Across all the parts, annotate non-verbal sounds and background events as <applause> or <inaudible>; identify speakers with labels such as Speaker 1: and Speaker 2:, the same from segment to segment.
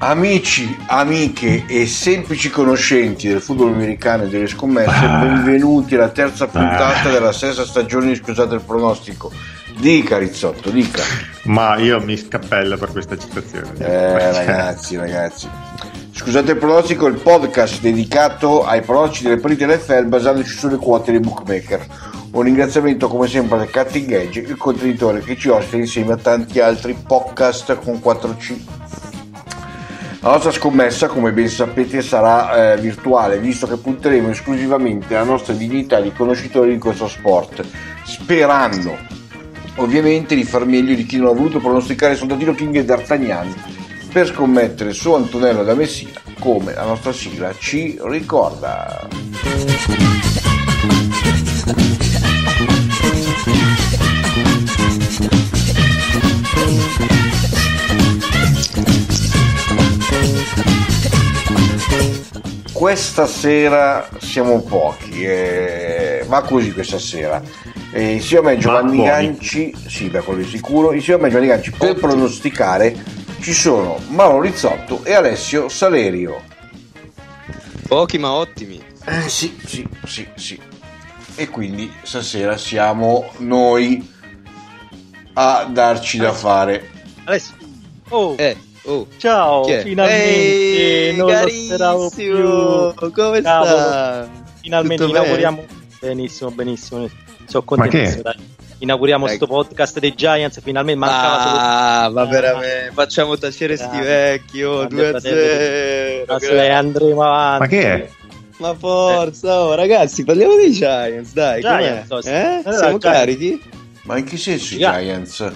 Speaker 1: Amici, amiche e semplici conoscenti del football americano e delle scommesse, benvenuti alla terza puntata della sesta stagione di Scusate il pronostico. Dica Rizzotto, dica.
Speaker 2: Ma io mi scappello per questa citazione. Cioè,
Speaker 1: Eh, ragazzi, ragazzi. Scusate il pronostico è il podcast dedicato ai pronostici delle partite dell'FL basandoci sulle quote dei bookmaker. Un ringraziamento come sempre al Cutting Edge, il contenitore che ci ospita insieme a tanti altri podcast con 4C. La nostra scommessa, come ben sapete, sarà eh, virtuale, visto che punteremo esclusivamente alla nostra dignità di conoscitori di questo sport, sperando ovviamente di far meglio di chi non ha voluto pronosticare soldatino King e D'Artagnan per scommettere su Antonello da Messina, come la nostra sigla ci ricorda. Questa sera siamo pochi, eh, va così questa sera. Eh, insieme a me Giovanni
Speaker 2: buoni.
Speaker 1: Ganci, sì, beh, quello di sicuro, insieme a me Giovanni Ganci per pronosticare ci sono Mauro Rizzotto e Alessio Salerio.
Speaker 3: Pochi ma ottimi.
Speaker 1: Eh, sì, sì, sì, sì. E quindi stasera siamo noi a darci da fare.
Speaker 4: Adesso. Oh,
Speaker 3: Eh, oh.
Speaker 4: ciao,
Speaker 3: chi è?
Speaker 4: finalmente,
Speaker 3: Ehi,
Speaker 4: non lo speravo
Speaker 3: carissimo,
Speaker 4: più.
Speaker 3: Come
Speaker 4: Cavolo,
Speaker 3: sta?
Speaker 4: Finalmente
Speaker 3: Tutto bene?
Speaker 4: inauguriamo benissimo, benissimo. Sono
Speaker 2: che?
Speaker 4: contento. dai. Inauguriamo
Speaker 3: Dai.
Speaker 4: questo podcast dei Giants. Finalmente mancava solo
Speaker 3: Ah, ma veramente, facciamo tacere sti
Speaker 4: Grande.
Speaker 3: vecchi, oh,
Speaker 4: Grande
Speaker 3: 2 a
Speaker 4: fratello.
Speaker 3: 0.
Speaker 4: Ma se eh, andremo avanti.
Speaker 2: Ma che è?
Speaker 3: Ma forza, oh, ragazzi, parliamo dei Giants, dai, com'è?
Speaker 4: Giants, oh, sì.
Speaker 3: Eh?
Speaker 4: Allora,
Speaker 3: Siamo
Speaker 4: Giants.
Speaker 3: carichi?
Speaker 1: Ma in che senso i
Speaker 4: Giga-
Speaker 1: Giants?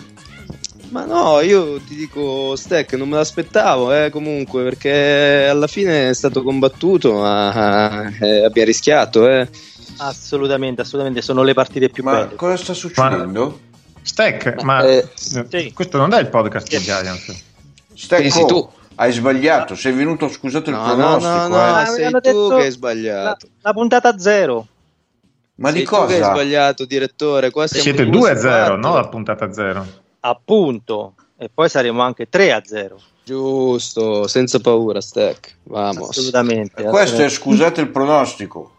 Speaker 3: Ma no, io ti dico, Stack, non me l'aspettavo, eh, comunque, perché alla fine è stato combattuto, ma eh, abbiamo rischiato, eh.
Speaker 4: Assolutamente, assolutamente. Sono le partite più
Speaker 1: Ma
Speaker 4: belle.
Speaker 1: cosa sta succedendo?
Speaker 2: Stack, ma
Speaker 3: Eh,
Speaker 4: sì.
Speaker 2: questo non è il podcast di Giants.
Speaker 1: Stecco,
Speaker 3: pensi tu?
Speaker 1: hai sbagliato, sei venuto, scusate il
Speaker 3: No, no,
Speaker 1: pronostico,
Speaker 3: no,
Speaker 1: eh.
Speaker 3: no, sei
Speaker 4: eh.
Speaker 3: tu
Speaker 4: Avevano detto-
Speaker 3: che hai
Speaker 4: La,
Speaker 3: sbagliato.
Speaker 4: la puntata zero.
Speaker 1: Ma
Speaker 3: Sei
Speaker 1: di
Speaker 3: tu che hai
Speaker 1: cosa?
Speaker 3: sbagliato, direttore. Qua siamo
Speaker 2: Siete
Speaker 3: in
Speaker 2: 2 a
Speaker 3: due
Speaker 2: 0,
Speaker 3: squadre.
Speaker 2: no? La puntata 0.
Speaker 4: Appunto. E poi saremo anche 3 a 0.
Speaker 3: Giusto, senza paura, Stack. Vamos.
Speaker 4: Assolutamente.
Speaker 1: Questo è
Speaker 4: assolutamente.
Speaker 1: scusate il pronostico.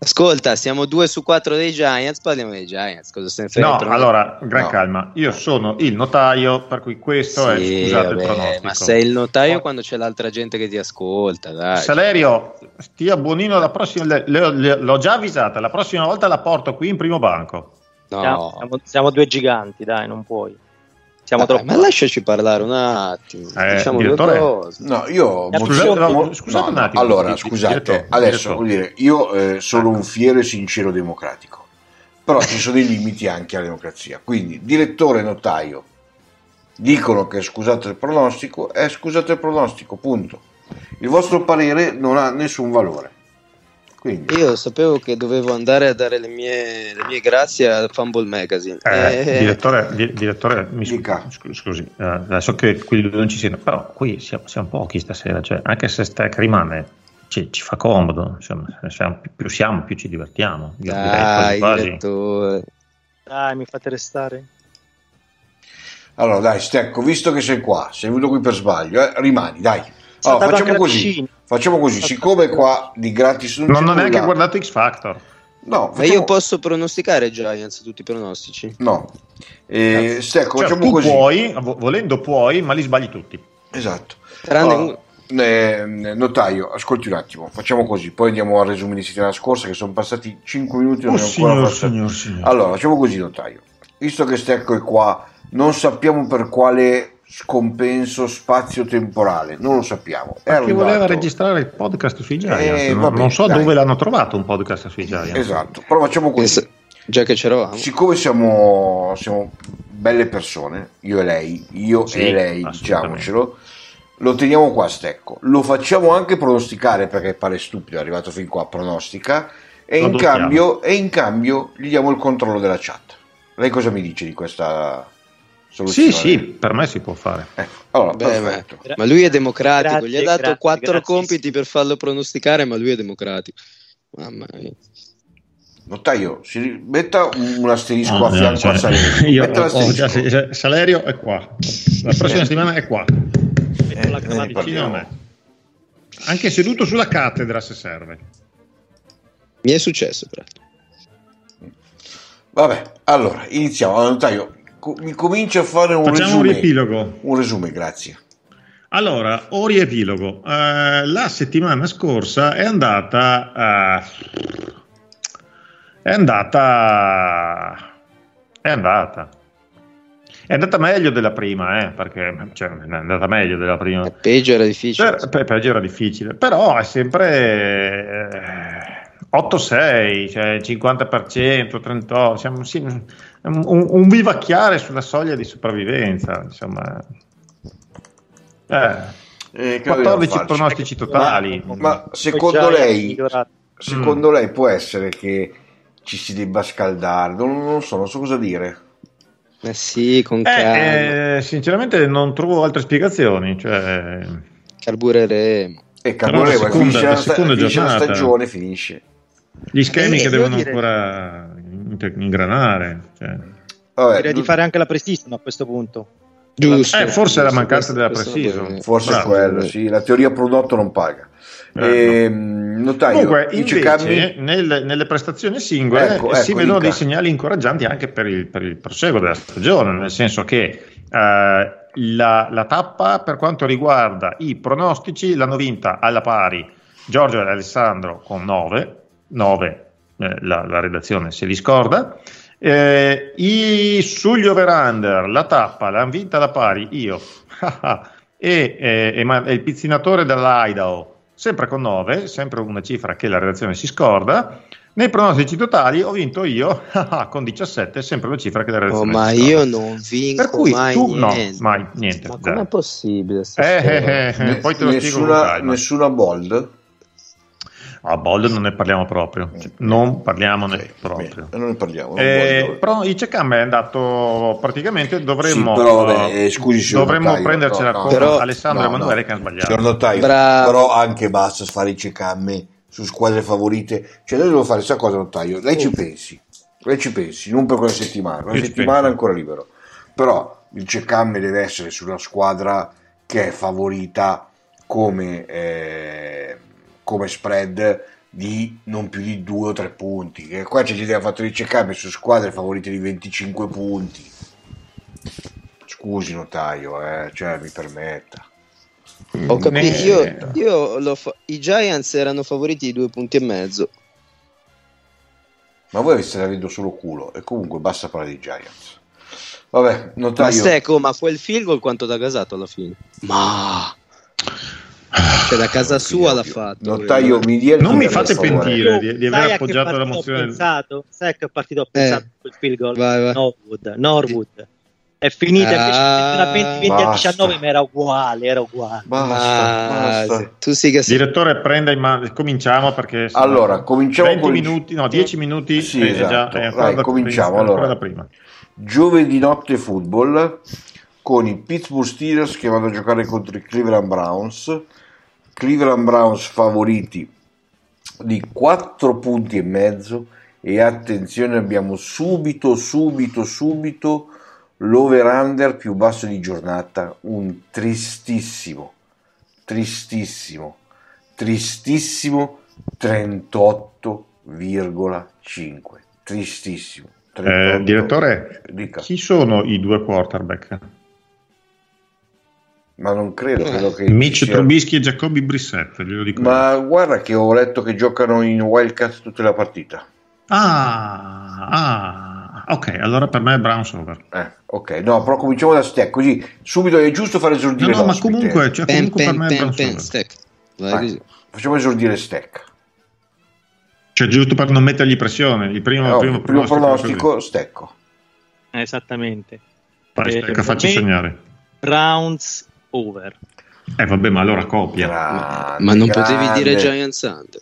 Speaker 3: Ascolta, siamo 2 su 4 dei Giants. Parliamo dei Giants. Cosa se ne frega?
Speaker 2: No,
Speaker 3: Tra-
Speaker 2: allora, gran
Speaker 3: No.
Speaker 2: calma. Io sono il notaio, per cui questo
Speaker 3: Sì,
Speaker 2: è scusate
Speaker 3: vabbè,
Speaker 2: il pronostico.
Speaker 3: ma sei il notaio
Speaker 2: Oh.
Speaker 3: quando c'è l'altra gente che ti ascolta, dai.
Speaker 2: Salerio, stia buonino la prossima, le- le- le- l'ho già avvisata, la prossima volta la porto qui in primo banco.
Speaker 4: Siamo,
Speaker 3: no.
Speaker 4: siamo- siamo due giganti, dai, non puoi. Siamo
Speaker 3: Dai,
Speaker 4: troppo.
Speaker 3: ma lasciaci parlare un attimo.
Speaker 2: Eh,
Speaker 3: Facciamo
Speaker 2: direttore?
Speaker 3: due cose.
Speaker 1: No, io
Speaker 4: Scusate,
Speaker 1: voglio-
Speaker 4: no,
Speaker 1: mo-
Speaker 2: scusate
Speaker 1: no,
Speaker 2: un attimo,
Speaker 1: Allora,
Speaker 2: di- di-
Speaker 1: scusate,
Speaker 2: direttore,
Speaker 1: adesso
Speaker 2: direttore.
Speaker 1: vuol dire, io eh, sono un fiero e sincero democratico, però ci sono dei limiti anche alla democrazia. Quindi, direttore e notaio dicono che scusate il pronostico, è scusate il pronostico, punto. Il vostro parere non ha nessun valore. Quindi,
Speaker 3: Io sapevo che dovevo andare a dare le mie, le mie grazie a Fumble Magazine.
Speaker 2: Eh,
Speaker 3: Eh,
Speaker 2: Direttore, di- direttore, mi scu-
Speaker 1: Dica.
Speaker 2: scu- scusi, eh, adesso che qui non ci siano, però qui siamo, siamo pochi stasera, cioè, anche se Stack rimane ci, ci fa comodo, insomma, siamo- più siamo più ci divertiamo. Io direi
Speaker 3: Dai,
Speaker 2: quasi quasi.
Speaker 3: direttore.
Speaker 4: Dai, mi fate restare.
Speaker 1: Oh, Allora, dai, Stecco, visto che sei qua, sei venuto qui per sbaglio, eh, rimani, dai.
Speaker 4: Sono
Speaker 1: Allora,
Speaker 4: andato a
Speaker 1: facciamo così. Eh,
Speaker 4: Grattacini.
Speaker 1: Facciamo così, siccome qua di gratis non,
Speaker 2: Non,
Speaker 1: c'è
Speaker 2: ho neanche
Speaker 1: nulla-
Speaker 2: guardato X Factor.
Speaker 1: No,
Speaker 3: Ma
Speaker 1: facciamo...
Speaker 3: io posso pronosticare Giants tutti i pronostici.
Speaker 1: No. Eh, Stecco,
Speaker 2: Cioè,
Speaker 1: facciamo
Speaker 2: tu
Speaker 1: così.
Speaker 2: puoi, vo- volendo puoi, ma li sbagli tutti.
Speaker 1: Esatto.
Speaker 3: Tranne
Speaker 2: Oh,
Speaker 1: Allora,
Speaker 3: uno.
Speaker 1: ehm, notaio, ascolti un attimo, facciamo così, poi andiamo al resume di settimana scorsa che sono passati 5 minuti e non abbiamo ancora fatto-
Speaker 2: Oh, signor.
Speaker 1: Allora, facciamo così, notaio. Visto che Stecco è qua, non sappiamo per quale scompenso spazio-temporale, non lo sappiamo. È
Speaker 2: Perché
Speaker 1: arrivato-
Speaker 2: voleva registrare il podcast sui Giants.
Speaker 1: Eh,
Speaker 2: non,
Speaker 1: vabbè,
Speaker 2: non so
Speaker 1: dai.
Speaker 2: dove l'hanno trovato un podcast sui Giants.
Speaker 1: Esatto, però facciamo così.
Speaker 3: Pensa- Già che c'eravamo.
Speaker 1: Siccome siamo, siamo belle persone, io e lei, io
Speaker 2: Sì,
Speaker 1: e lei,
Speaker 2: assolutamente.
Speaker 1: diciamocelo, lo teniamo qua a stecco, lo facciamo anche pronosticare perché pare stupido, è arrivato fin qua, pronostica, e
Speaker 2: Lo
Speaker 1: in,
Speaker 2: adottiamo.
Speaker 1: cambio, e in cambio gli diamo il controllo della chat. Lei cosa mi dice di questa soluzione?
Speaker 2: Sì, sì, per me si può fare.
Speaker 1: Ecco, allora,
Speaker 3: Beh, ma,
Speaker 1: perfetto.
Speaker 3: ma lui è democratico,
Speaker 4: Grazie,
Speaker 3: gli ha dato
Speaker 4: grazie,
Speaker 3: quattro
Speaker 4: grazie.
Speaker 3: compiti per farlo pronosticare, ma lui è democratico. Mamma mia.
Speaker 1: Notaio, si ri- metta un un asterisco
Speaker 2: Ah,
Speaker 1: a fianco
Speaker 2: cioè,
Speaker 1: a Salerno.
Speaker 2: <laughs> io
Speaker 1: Metta
Speaker 2: ho- ho
Speaker 1: l'asterisco.
Speaker 2: già- se- se- Salerio è qua. La prossima settimana è qua.
Speaker 1: Eh,
Speaker 4: Metto la
Speaker 1: ne
Speaker 4: cravatta.
Speaker 1: parliamo.
Speaker 2: Vicino a me. Anche seduto sulla cattedra se serve.
Speaker 3: Mi è successo, peraltro.
Speaker 1: Vabbè, allora, iniziamo. Allora, notaio, co- mi comincio a fare un
Speaker 2: Facciamo un
Speaker 1: resume.
Speaker 2: riepilogo.
Speaker 1: Un resume, grazie.
Speaker 2: Allora, o riepilogo. Eh, la settimana scorsa è andata. eh, è andata. È andata. È andata meglio della prima, eh, perché cioè, è andata meglio della prima.
Speaker 3: Ma peggio era difficile.
Speaker 2: Cioè, Per, per- peggio era difficile, però è sempre eh, 8-6, cioè 50%, 38%, siamo- sì, un, un vivacchiare sulla soglia di sopravvivenza, insomma. Eh,
Speaker 1: Eh, che dobbiamo
Speaker 2: 14
Speaker 1: farci?
Speaker 2: pronostici totali.
Speaker 1: Ma
Speaker 4: Ho
Speaker 1: secondo
Speaker 4: già
Speaker 1: lei, eh,
Speaker 4: migliorato.
Speaker 2: Mm.
Speaker 1: secondo lei può essere che ci si debba scaldare? Non, non so, non so cosa dire.
Speaker 3: Ma Eh sì, con calma,
Speaker 2: Eh, eh, sinceramente non trovo altre spiegazioni, cioè,
Speaker 3: carbureremo.
Speaker 1: E
Speaker 2: Però la
Speaker 1: Cabrera
Speaker 2: seconda-
Speaker 1: finisce,
Speaker 2: la
Speaker 1: la, sta-
Speaker 2: seconda
Speaker 1: finisce la
Speaker 2: giornata.
Speaker 1: stagione, finisce.
Speaker 2: gli schemi
Speaker 4: Eh,
Speaker 2: che
Speaker 4: devo
Speaker 2: devono
Speaker 4: dire-
Speaker 2: ancora in- ingranare. cioè.
Speaker 1: Vabbè,
Speaker 4: Direi di
Speaker 1: non-
Speaker 4: fare anche la prestissima a questo punto.
Speaker 3: Giusto.
Speaker 2: Eh, forse è la
Speaker 3: giusto,
Speaker 2: mancanza
Speaker 3: questo-
Speaker 2: della
Speaker 3: questo
Speaker 2: precision.
Speaker 3: non può
Speaker 1: forse è
Speaker 2: Bravo.
Speaker 1: quello, sì, la teoria prodotto non paga.
Speaker 2: Eh,
Speaker 1: Ehm, Notaio,
Speaker 2: Comunque,
Speaker 1: dice Cammi-
Speaker 2: invece, nel- nelle prestazioni singole
Speaker 1: Ecco,
Speaker 2: eh, si
Speaker 1: ecco,
Speaker 2: vedono
Speaker 1: dica.
Speaker 2: dei segnali incoraggianti anche per il, per il proseguo della stagione, nel senso che eh, la, la tappa per quanto riguarda i pronostici l'hanno vinta alla pari Giorgio e Alessandro con 9, 9 eh, la, la redazione si discorda. Eh, i- sugli over-under la tappa l'hanno vinta alla pari io <laughs> e, eh, e ma- e il pizzinatore dall'Idaho, sempre con 9, sempre una cifra che la redazione si scorda. Nei pronostici totali ho vinto io <laughs> con 17, sempre una cifra che la
Speaker 3: dire. Oh,
Speaker 2: redazione
Speaker 3: ma
Speaker 2: si scorda.
Speaker 3: io non vinco
Speaker 2: Per cui
Speaker 3: mai
Speaker 2: tu
Speaker 3: niente.
Speaker 2: no, mai niente.
Speaker 3: Ma
Speaker 2: zero.
Speaker 3: com'è possibile? sta
Speaker 2: Eh,
Speaker 3: storia?
Speaker 2: eh, eh, eh, poi te lo spiego con
Speaker 1: nessuna,
Speaker 2: calma.
Speaker 1: nessuna bold?
Speaker 2: A Bold non ne parliamo proprio, cioè, non parliamone
Speaker 1: Ok,
Speaker 2: proprio.
Speaker 1: bene, non ne parliamo. non
Speaker 2: Eh,
Speaker 1: voglio-
Speaker 2: però il check-up è andato praticamente dovremmo,
Speaker 1: Sì, però vabbè, eh, scusi, signor
Speaker 2: dovremmo
Speaker 1: notaio,
Speaker 2: prendercela
Speaker 1: no, no,
Speaker 2: con
Speaker 3: però-
Speaker 2: Alessandro
Speaker 1: no,
Speaker 2: Emanuele
Speaker 1: no.
Speaker 2: che ha sbagliato
Speaker 1: Signor notaio,
Speaker 3: Bravo.
Speaker 1: però anche basta fare i cecammi su squadre favorite. Cioè, noi dobbiamo fare questa cosa, notaio. Lei ci pensi, lei ci pensi, non per quella settimana,
Speaker 2: Io
Speaker 1: una
Speaker 2: ci
Speaker 1: settimana
Speaker 2: penso.
Speaker 1: è ancora libero. Però il cecamme deve essere sulla squadra che è favorita come, eh, come spread di non più di due o tre punti. Che qua c'è gente che ha fatto il cecamme su squadre favorite di 25 punti. Scusi, notaio, eh, cioè mi permetta.
Speaker 3: Ho capito, io,
Speaker 2: Merda.
Speaker 3: io l'ho fa- i Giants erano favoriti di due punti e mezzo.
Speaker 1: Ma voi state avendo solo culo e comunque basta parlare di Giants. Vabbè,
Speaker 3: Ma
Speaker 1: notaio.
Speaker 3: Seco, ma quel field goal quanto da casato alla fine? Ma... Cioè da casa sua l'ha fatto.
Speaker 1: Notaio, mi dia il
Speaker 2: Non mi
Speaker 1: numero,
Speaker 2: fate
Speaker 1: per favore.
Speaker 2: pentire. Dire, di- di aver
Speaker 4: Sai a che
Speaker 2: appoggiato la
Speaker 4: partita ho
Speaker 2: mozione del-
Speaker 4: pensato? Sai a che partito ho
Speaker 3: Eh,
Speaker 4: pensato quel field goal?
Speaker 3: vai, vai.
Speaker 4: Norwood, Norwood. È finita
Speaker 3: Ah,
Speaker 4: invece una 20, 20 a
Speaker 1: basta.
Speaker 4: 19, ma era uguale, era uguale.
Speaker 3: Ma
Speaker 1: Basta, basta.
Speaker 3: tu Ah, sì che sei...
Speaker 2: Direttore, prenda in mano, cominciamo perché sono
Speaker 1: Allora, cominciamo
Speaker 2: 20
Speaker 1: con-
Speaker 2: minuti, no, 10 minuti
Speaker 1: Sì,
Speaker 2: eh,
Speaker 1: esatto.
Speaker 2: già, è ancora
Speaker 1: Dai,
Speaker 2: da-
Speaker 1: cominciamo,
Speaker 2: è ancora
Speaker 1: allora.
Speaker 2: da prima.
Speaker 1: Giovedì notte football con i Pittsburgh Steelers che vanno a giocare contro i Cleveland Browns. Cleveland Browns favoriti di 4 punti e mezzo e attenzione abbiamo subito, subito, subito l'over-under più basso di giornata, un tristissimo, tristissimo, tristissimo 38,5, tristissimo.
Speaker 2: Eh,
Speaker 1: 38.
Speaker 2: direttore,
Speaker 1: Dica.
Speaker 2: chi sono i due quarterback?
Speaker 1: ma non credo, credo che...
Speaker 2: Mitch
Speaker 1: sia-
Speaker 2: Trubisky e Jacoby Brissett, glielo dico. io.
Speaker 1: Ma guarda che ho letto che giocano in Wildcats tutta la partita.
Speaker 2: Ah, ah, ok, allora per me è Browns over.
Speaker 1: Eh, ok, no, però cominciamo da Stack, così subito è giusto fare
Speaker 2: No,
Speaker 1: esordire
Speaker 2: no, ma
Speaker 1: l'ospite.
Speaker 2: comunque, cioè,
Speaker 3: Pen,
Speaker 2: comunque per
Speaker 3: pen,
Speaker 2: me è
Speaker 3: pen,
Speaker 2: Browns
Speaker 3: pen,
Speaker 2: over.
Speaker 3: stack. Vai
Speaker 1: Vai,
Speaker 3: così.
Speaker 1: facciamo esordire Stack.
Speaker 2: Cioè, giusto per non mettergli pressione, il primo,
Speaker 1: No,
Speaker 2: il primo
Speaker 1: il Oh, primo
Speaker 2: pronostico.
Speaker 1: pronostico, Stecco.
Speaker 4: Eh, Esattamente.
Speaker 2: Vai,
Speaker 4: Eh,
Speaker 2: stecca, facci
Speaker 4: per me-
Speaker 2: sognare.
Speaker 4: Browns over.
Speaker 2: Eh, vabbè, ma allora <laughs> copia.
Speaker 3: Ma,
Speaker 1: Grande,
Speaker 3: ma non
Speaker 1: grande.
Speaker 3: potevi dire Giants Under.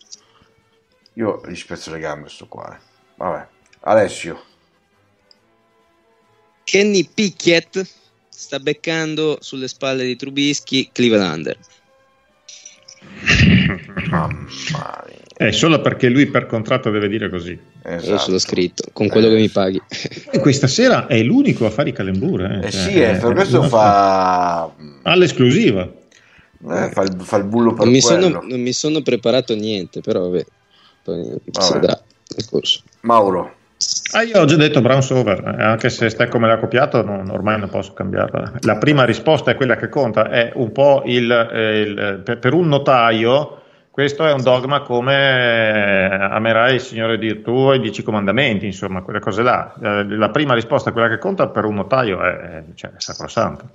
Speaker 1: Io gli spezzo le gambe sto qua. eh. Vabbè. Alessio,
Speaker 3: Kenny Pickett sta beccando sulle spalle di Trubisky Cleveland Under.
Speaker 1: mamma mia.
Speaker 2: È Eh, solo perché lui per contratto deve dire così.
Speaker 3: Io
Speaker 1: Esatto. Eh.
Speaker 3: sono scritto con quello che mi paghi.
Speaker 2: E questa sera è l'unico a fare i calembure. cioè,
Speaker 1: Eh sì, eh, per questo fa,
Speaker 2: All'esclusiva.
Speaker 1: eh, fa, il, fa il bullo per
Speaker 3: Non mi, sono,
Speaker 1: quello.
Speaker 3: non mi sono preparato niente, però vabbè, poi si
Speaker 1: Vabbè.
Speaker 3: vedrà nel corso.
Speaker 1: Mauro,
Speaker 2: Ah, io ho già detto Browns over, eh, anche se Stecco me l'ha copiato, non- ormai non posso cambiarla. La prima risposta è quella che conta, è un po' il, eh, il- per, per un notaio. Questo è un dogma come eh, amerai il Signore Dio tuo e i dieci comandamenti, insomma, quelle cose là. Eh, La prima risposta, quella che conta per un notaio, è, è- cioè, è sacrosanto.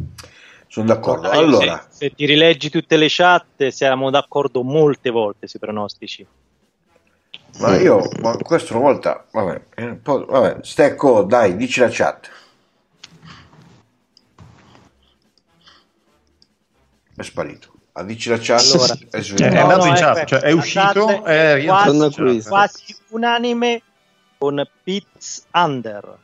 Speaker 1: sono d'accordo.
Speaker 4: Dai,
Speaker 1: Allora,
Speaker 4: se, se ti rileggi tutte le chat, siamo d'accordo molte volte sui pronostici.
Speaker 1: ma io, ma questa una volta, vabbè, è un po'- vabbè, Stecco, dai, dici la chat. È sparito. Ah, dici la chat.
Speaker 4: Allora.
Speaker 1: è
Speaker 2: Cioè, è
Speaker 1: svenuto.
Speaker 2: andato in
Speaker 4: no,
Speaker 2: chat,
Speaker 4: aspetta,
Speaker 2: cioè, è uscito,
Speaker 4: guardate,
Speaker 2: è rientrato. in
Speaker 3: quasi-
Speaker 2: chat.
Speaker 4: Quasi unanime con Pitts under.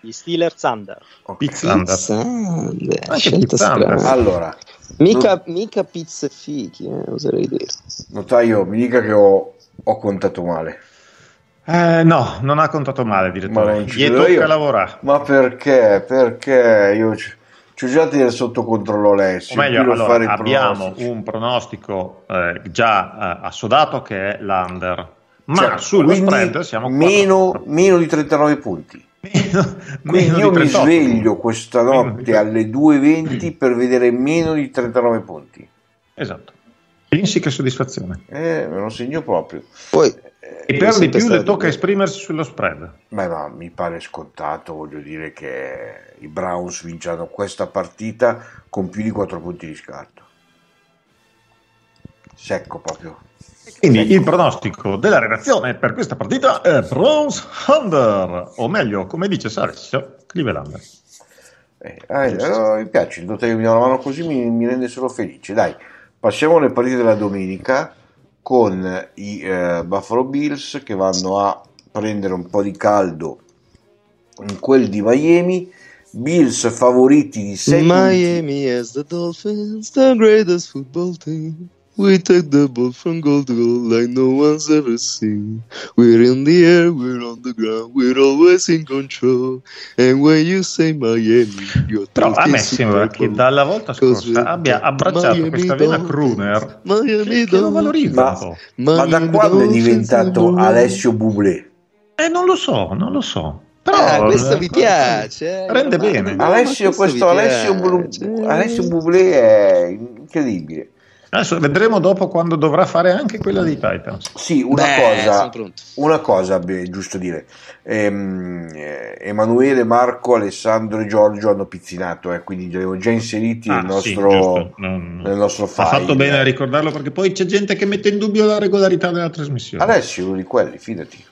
Speaker 4: Gli Steelers under.
Speaker 1: Ok.
Speaker 2: Pizzander.
Speaker 3: Pizza Under,
Speaker 2: Anche
Speaker 3: scelta
Speaker 2: Pizza Under.
Speaker 3: strana.
Speaker 1: Allora,
Speaker 3: Mica, mica pizza e fichi, eh, oserei dire.
Speaker 1: notaio, mi dica che ho, ho contato male.
Speaker 2: Eh, no, non ha contato male,
Speaker 1: Ma
Speaker 2: direttore.
Speaker 1: non ci
Speaker 2: Gli
Speaker 1: credo
Speaker 2: tocca
Speaker 1: io.
Speaker 2: lavorare.
Speaker 1: Ma perché? Perché io ci ci ho già tenere sotto controllo
Speaker 2: O
Speaker 1: Alessio.
Speaker 2: meglio,
Speaker 1: qui lo
Speaker 2: allora,
Speaker 1: fare i
Speaker 2: abbiamo
Speaker 1: pronostici.
Speaker 2: un pronostico eh, già eh, assodato che è l'under, ma
Speaker 1: Cioè,
Speaker 2: sullo
Speaker 1: quindi
Speaker 2: spread siamo quattro-
Speaker 1: meno, meno di 39 punti.
Speaker 2: <laughs> meno,
Speaker 1: Quindi
Speaker 2: meno
Speaker 1: io
Speaker 2: di
Speaker 1: mi
Speaker 2: 38.
Speaker 1: sveglio questa
Speaker 2: Meno di
Speaker 1: notte
Speaker 2: 38.
Speaker 1: alle 2.20 per vedere meno di 39 punti.
Speaker 2: Esatto. Pensi che soddisfazione.
Speaker 1: Eh, me lo segno proprio.
Speaker 3: Poi
Speaker 2: E
Speaker 1: Eh,
Speaker 2: per
Speaker 3: È
Speaker 2: di
Speaker 3: sempre
Speaker 2: più le
Speaker 3: stato
Speaker 2: tocca
Speaker 3: così.
Speaker 2: esprimersi sullo spread.
Speaker 1: Beh, ma mi pare scontato, voglio dire che i Browns vinceranno questa partita con più di 4 punti di scarto. Secco proprio. ecco.
Speaker 2: Quindi il pronostico della redazione per questa partita è Browns Under, o meglio, come dice Sarissio, Cleveland.
Speaker 1: Eh, ah, eh, mi piace il dotaio di una mano così mi, mi rende solo felice. Dai, passiamo alle partite della domenica con i eh, Buffalo Bills che vanno a prendere un po' di caldo in quel di Miami. Bills favoriti di 6
Speaker 3: Miami has the Dolphins, the greatest football team. We take the ball from goal to goal like no one's ever seen. We're in the air, we're on the ground, we're always in control. And when you say Miami, you're
Speaker 2: Però a me
Speaker 3: talking
Speaker 2: sembra
Speaker 3: Super
Speaker 2: che
Speaker 3: Bowl.
Speaker 2: dalla volta
Speaker 3: Così.
Speaker 2: scorsa abbia
Speaker 1: Cioè,
Speaker 2: abbracciato
Speaker 3: Miami
Speaker 2: questa vena
Speaker 3: Dolphins,
Speaker 2: crooner
Speaker 3: Miami
Speaker 2: che, che lo
Speaker 3: Dolphins,
Speaker 2: valorizza
Speaker 1: Ma-
Speaker 2: un po'.
Speaker 1: Ma da
Speaker 3: Miami
Speaker 1: quando è
Speaker 3: Dolphins,
Speaker 1: diventato
Speaker 3: Miami-
Speaker 1: Alessio Bublé?
Speaker 2: Eh, non lo so, non lo so. Però,
Speaker 3: Ah, questo vi
Speaker 2: eh,
Speaker 3: piace. eh,
Speaker 2: Rende
Speaker 3: ormai-
Speaker 2: bene.
Speaker 3: no, ma
Speaker 1: Alessio, questo
Speaker 3: vi
Speaker 1: Alessio,
Speaker 3: piace.
Speaker 1: Blu- Alessio Bublé è incredibile.
Speaker 2: Adesso vedremo dopo quando dovrà fare anche quella dei Titans.
Speaker 1: Sì, una
Speaker 3: Beh,
Speaker 1: cosa,
Speaker 3: sono pronto.
Speaker 1: una cosa beh, è giusto dire, Ehm, eh, Emanuele, Marco, Alessandro e Giorgio hanno pizzinato, eh, quindi li avevo già inseriti nel,
Speaker 2: Ah, sì,
Speaker 1: nostro,
Speaker 2: giusto. Non-
Speaker 1: nel nostro
Speaker 2: Ha
Speaker 1: file.
Speaker 2: fatto bene a ricordarlo perché poi c'è gente che mette in dubbio la regolarità della trasmissione.
Speaker 1: Alessio è uno di quelli, fidati.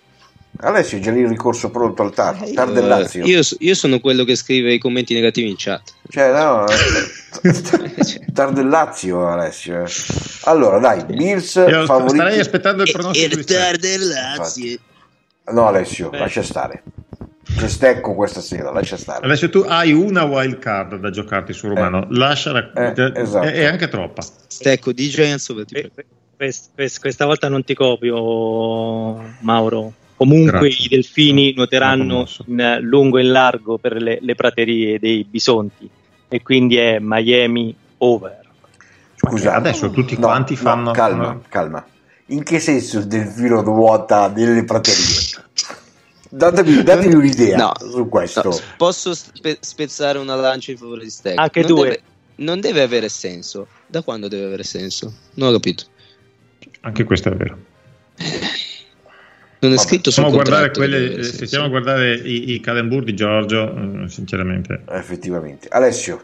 Speaker 1: Alessio è già lì il ricorso pronto al TAR, TAR del Lazio.
Speaker 3: Eh, Io, io sono quello che scrive i commenti negativi in chat.
Speaker 1: Cioè,
Speaker 3: <laughs>
Speaker 1: no, eh, TAR del Lazio Alessio. eh. Allora, dai, Bills
Speaker 2: Io starei
Speaker 1: favoriti.
Speaker 2: aspettando
Speaker 3: Eh,
Speaker 2: il pronostico di Stefano.
Speaker 3: del
Speaker 1: Lazio. No Alessio, lascia stare. C'è stecco questa sera, lascia stare.
Speaker 2: Alessio, tu hai una wild card da giocarti su Romano, lasciala,
Speaker 1: eh, esatto.
Speaker 2: è, è anche troppa.
Speaker 3: Ecco, di
Speaker 2: Eh.
Speaker 3: Giants over ti
Speaker 4: Que-
Speaker 3: prego.
Speaker 4: que- quest- quest- Questa volta non ti copio, Mauro. Comunque
Speaker 2: Grazie.
Speaker 4: i delfini nuoteranno
Speaker 2: commosso.
Speaker 4: in eh, lungo e in largo per le, le praterie dei bisonti e quindi è Miami over.
Speaker 2: Scusate, adesso tutti
Speaker 1: Cioè, No,
Speaker 2: quanti
Speaker 1: no,
Speaker 2: fanno...
Speaker 1: calma, calma. In che senso il delfino ruota nelle praterie? Datemi, datemi un'idea
Speaker 3: No,
Speaker 1: su questo.
Speaker 3: No, posso spe- spezzare una lancia in favore di Stack?
Speaker 4: Anche
Speaker 3: Non
Speaker 4: due.
Speaker 3: deve- non deve avere senso. Da quando deve avere senso? Non ho capito.
Speaker 2: Anche questo è vero.
Speaker 3: Non è
Speaker 1: Vabbè,
Speaker 3: scritto sul
Speaker 2: Stiamo a guardare
Speaker 3: contratto che
Speaker 2: quelle,
Speaker 3: deve avere
Speaker 2: eh,
Speaker 3: senso.
Speaker 2: se stiamo a guardare i, i calembur di Giorgio, mm, sinceramente.
Speaker 1: Effettivamente. Alessio,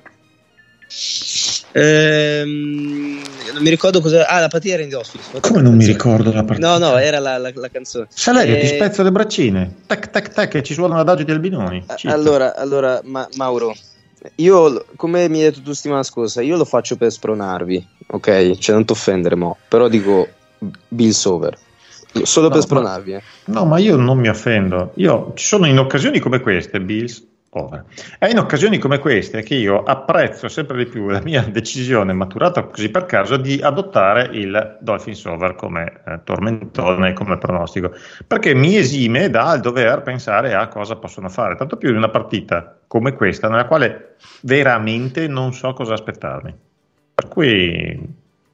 Speaker 3: Ehm, non mi ricordo cosa. Ah, la patia era in office.
Speaker 2: Come non mi ricordo la partita?
Speaker 3: No, no, era la, la- la canzone.
Speaker 2: Saleri,
Speaker 3: Eh,
Speaker 2: ti spezzo le braccine. Tac, tac, tac, e ci suona l'adagio di Albinoni.
Speaker 3: a-
Speaker 2: Cito.
Speaker 3: Allora, allora Ma- Mauro, io l- come mi hai detto tu settimana scorsa, io lo faccio per spronarvi, ok? Cioè, non ti offendere, mo. Però dico Bill Sover. Solo
Speaker 2: No,
Speaker 3: per
Speaker 2: ma-
Speaker 3: spronarvi, eh.
Speaker 2: No, ma io non mi offendo. Io ci sono in occasioni come queste, Bills. over. È in occasioni come queste che io apprezzo sempre di più la mia decisione maturata così per caso di adottare il Dolphins over come eh, tormentone, come pronostico, perché mi esime dal dover pensare a cosa possono fare, tanto più in una partita come questa nella quale veramente non so cosa aspettarmi. Per cui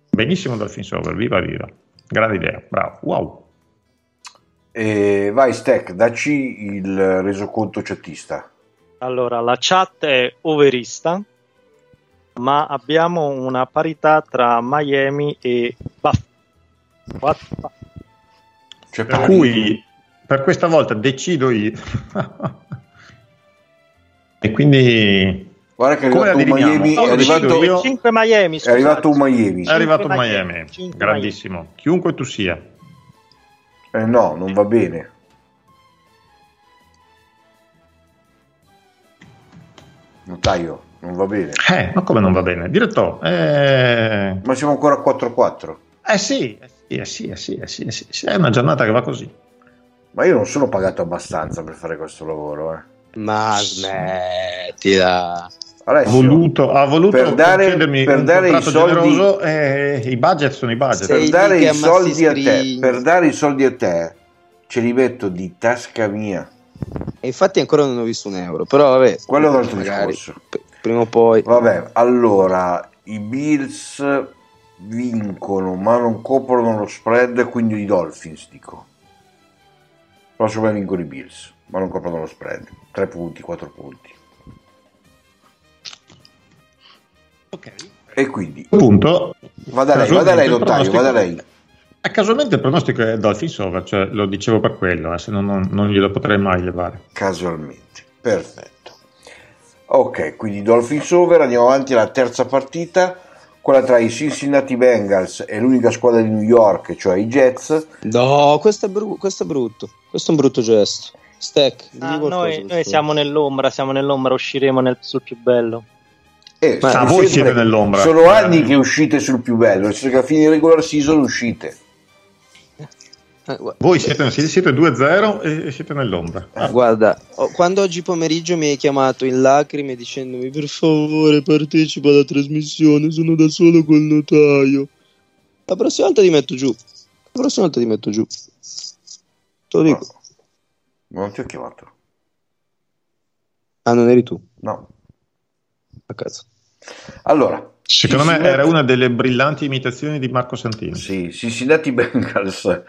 Speaker 2: benissimo Dolphins over, viva viva. Grande idea, bravo. Wow.
Speaker 1: eh, vai Stack, dacci il resoconto chatista.
Speaker 4: Allora, la chat è overista, ma abbiamo una parità tra Miami e Buff. What the fuck?
Speaker 1: Cioè,
Speaker 2: Per
Speaker 1: parli-
Speaker 2: cui per questa volta decido io. e quindi
Speaker 1: Guarda che è
Speaker 2: come
Speaker 1: arrivato un
Speaker 2: adiviniamo?
Speaker 1: Miami,
Speaker 2: No,
Speaker 1: è arrivato,
Speaker 2: decido io.
Speaker 4: 5 Miami,
Speaker 1: è arrivato un Miami.
Speaker 2: è arrivato un
Speaker 4: Miami,
Speaker 2: Miami,
Speaker 4: cinque
Speaker 2: grandissimo. Chiunque tu sia.
Speaker 1: Eh, no, non va bene. Notaio, non va bene.
Speaker 2: Eh, ma come non va bene? Diretto. Eh,
Speaker 1: Ma siamo ancora a 4-4.
Speaker 2: eh sì, eh sì, eh sì, eh sì, eh sì, eh sì, sì, è una giornata che va così.
Speaker 1: Eh, Ma io non sono pagato abbastanza per fare questo lavoro. Eh.
Speaker 3: Ma smettila.
Speaker 2: Ha
Speaker 1: Alessio,
Speaker 2: voluto, ha voluto
Speaker 1: Per dare-
Speaker 2: concedermi
Speaker 1: per
Speaker 2: un
Speaker 1: dare i
Speaker 2: contratto
Speaker 1: soldi-
Speaker 2: generoso, eh, i budget sono i budget.
Speaker 3: Sei
Speaker 1: per dare
Speaker 3: mica
Speaker 1: i soldi a te,
Speaker 3: Massistrini.
Speaker 1: per dare i soldi a te, ce li metto di tasca mia.
Speaker 3: E infatti ancora non ho visto un euro, però vabbè.
Speaker 1: Quello è un altro
Speaker 3: magari,
Speaker 1: discorso.
Speaker 3: p- prima o poi.
Speaker 1: Vabbè, allora, i Bills vincono, ma non coprono lo spread, quindi i Dolphins, dico. Prossimo anno vincono i Bills, ma non coprono lo spread. 3 punti, 4 punti.
Speaker 2: Ok.
Speaker 1: E quindi,
Speaker 2: Punto.
Speaker 1: vada lei, vada lei,
Speaker 2: Casualmente il
Speaker 1: Lottario,
Speaker 2: pronostico-
Speaker 1: vada lei.
Speaker 2: Eh, Casualmente il pronostico è Dolphins over, cioè lo dicevo per quello, eh, se no non, non glielo potrei mai levare.
Speaker 1: Casualmente, perfetto. Ok, quindi Dolphins over, andiamo avanti alla terza partita, quella tra i Cincinnati Bengals e l'unica squadra di New York, cioè i Jets.
Speaker 3: No, questo è, bru- questo è brutto. Questo è un brutto gesto. Stack,
Speaker 4: Ah,
Speaker 3: dimmi qualcosa,
Speaker 4: noi,
Speaker 3: per
Speaker 4: noi
Speaker 3: favore.
Speaker 4: siamo nell'ombra, siamo nell'ombra, usciremo nel- sul più bello.
Speaker 1: E
Speaker 3: Ma
Speaker 1: sono
Speaker 3: voi
Speaker 1: sempre-
Speaker 2: siete nell'ombra. Eh.
Speaker 1: Sono anni che uscite sul più bello, nel senso che a fine regular season uscite.
Speaker 3: Eh, gua-
Speaker 2: Voi siete, siete 2-0 e siete nell'ombra. Ah,
Speaker 3: Guarda, oh, quando oggi pomeriggio mi hai chiamato in lacrime dicendomi per favore partecipa alla trasmissione, sono da solo col notaio. La prossima volta ti metto giù. La prossima volta ti metto giù. Te lo dico.
Speaker 1: No, non ti ho chiamato.
Speaker 3: Ah, non eri tu,
Speaker 1: No.
Speaker 3: a cazzo.
Speaker 1: Allora,
Speaker 2: Secondo me
Speaker 1: Cincinnati-
Speaker 2: era una delle brillanti imitazioni di Marco Santini.
Speaker 1: Sì, Cincinnati Bengals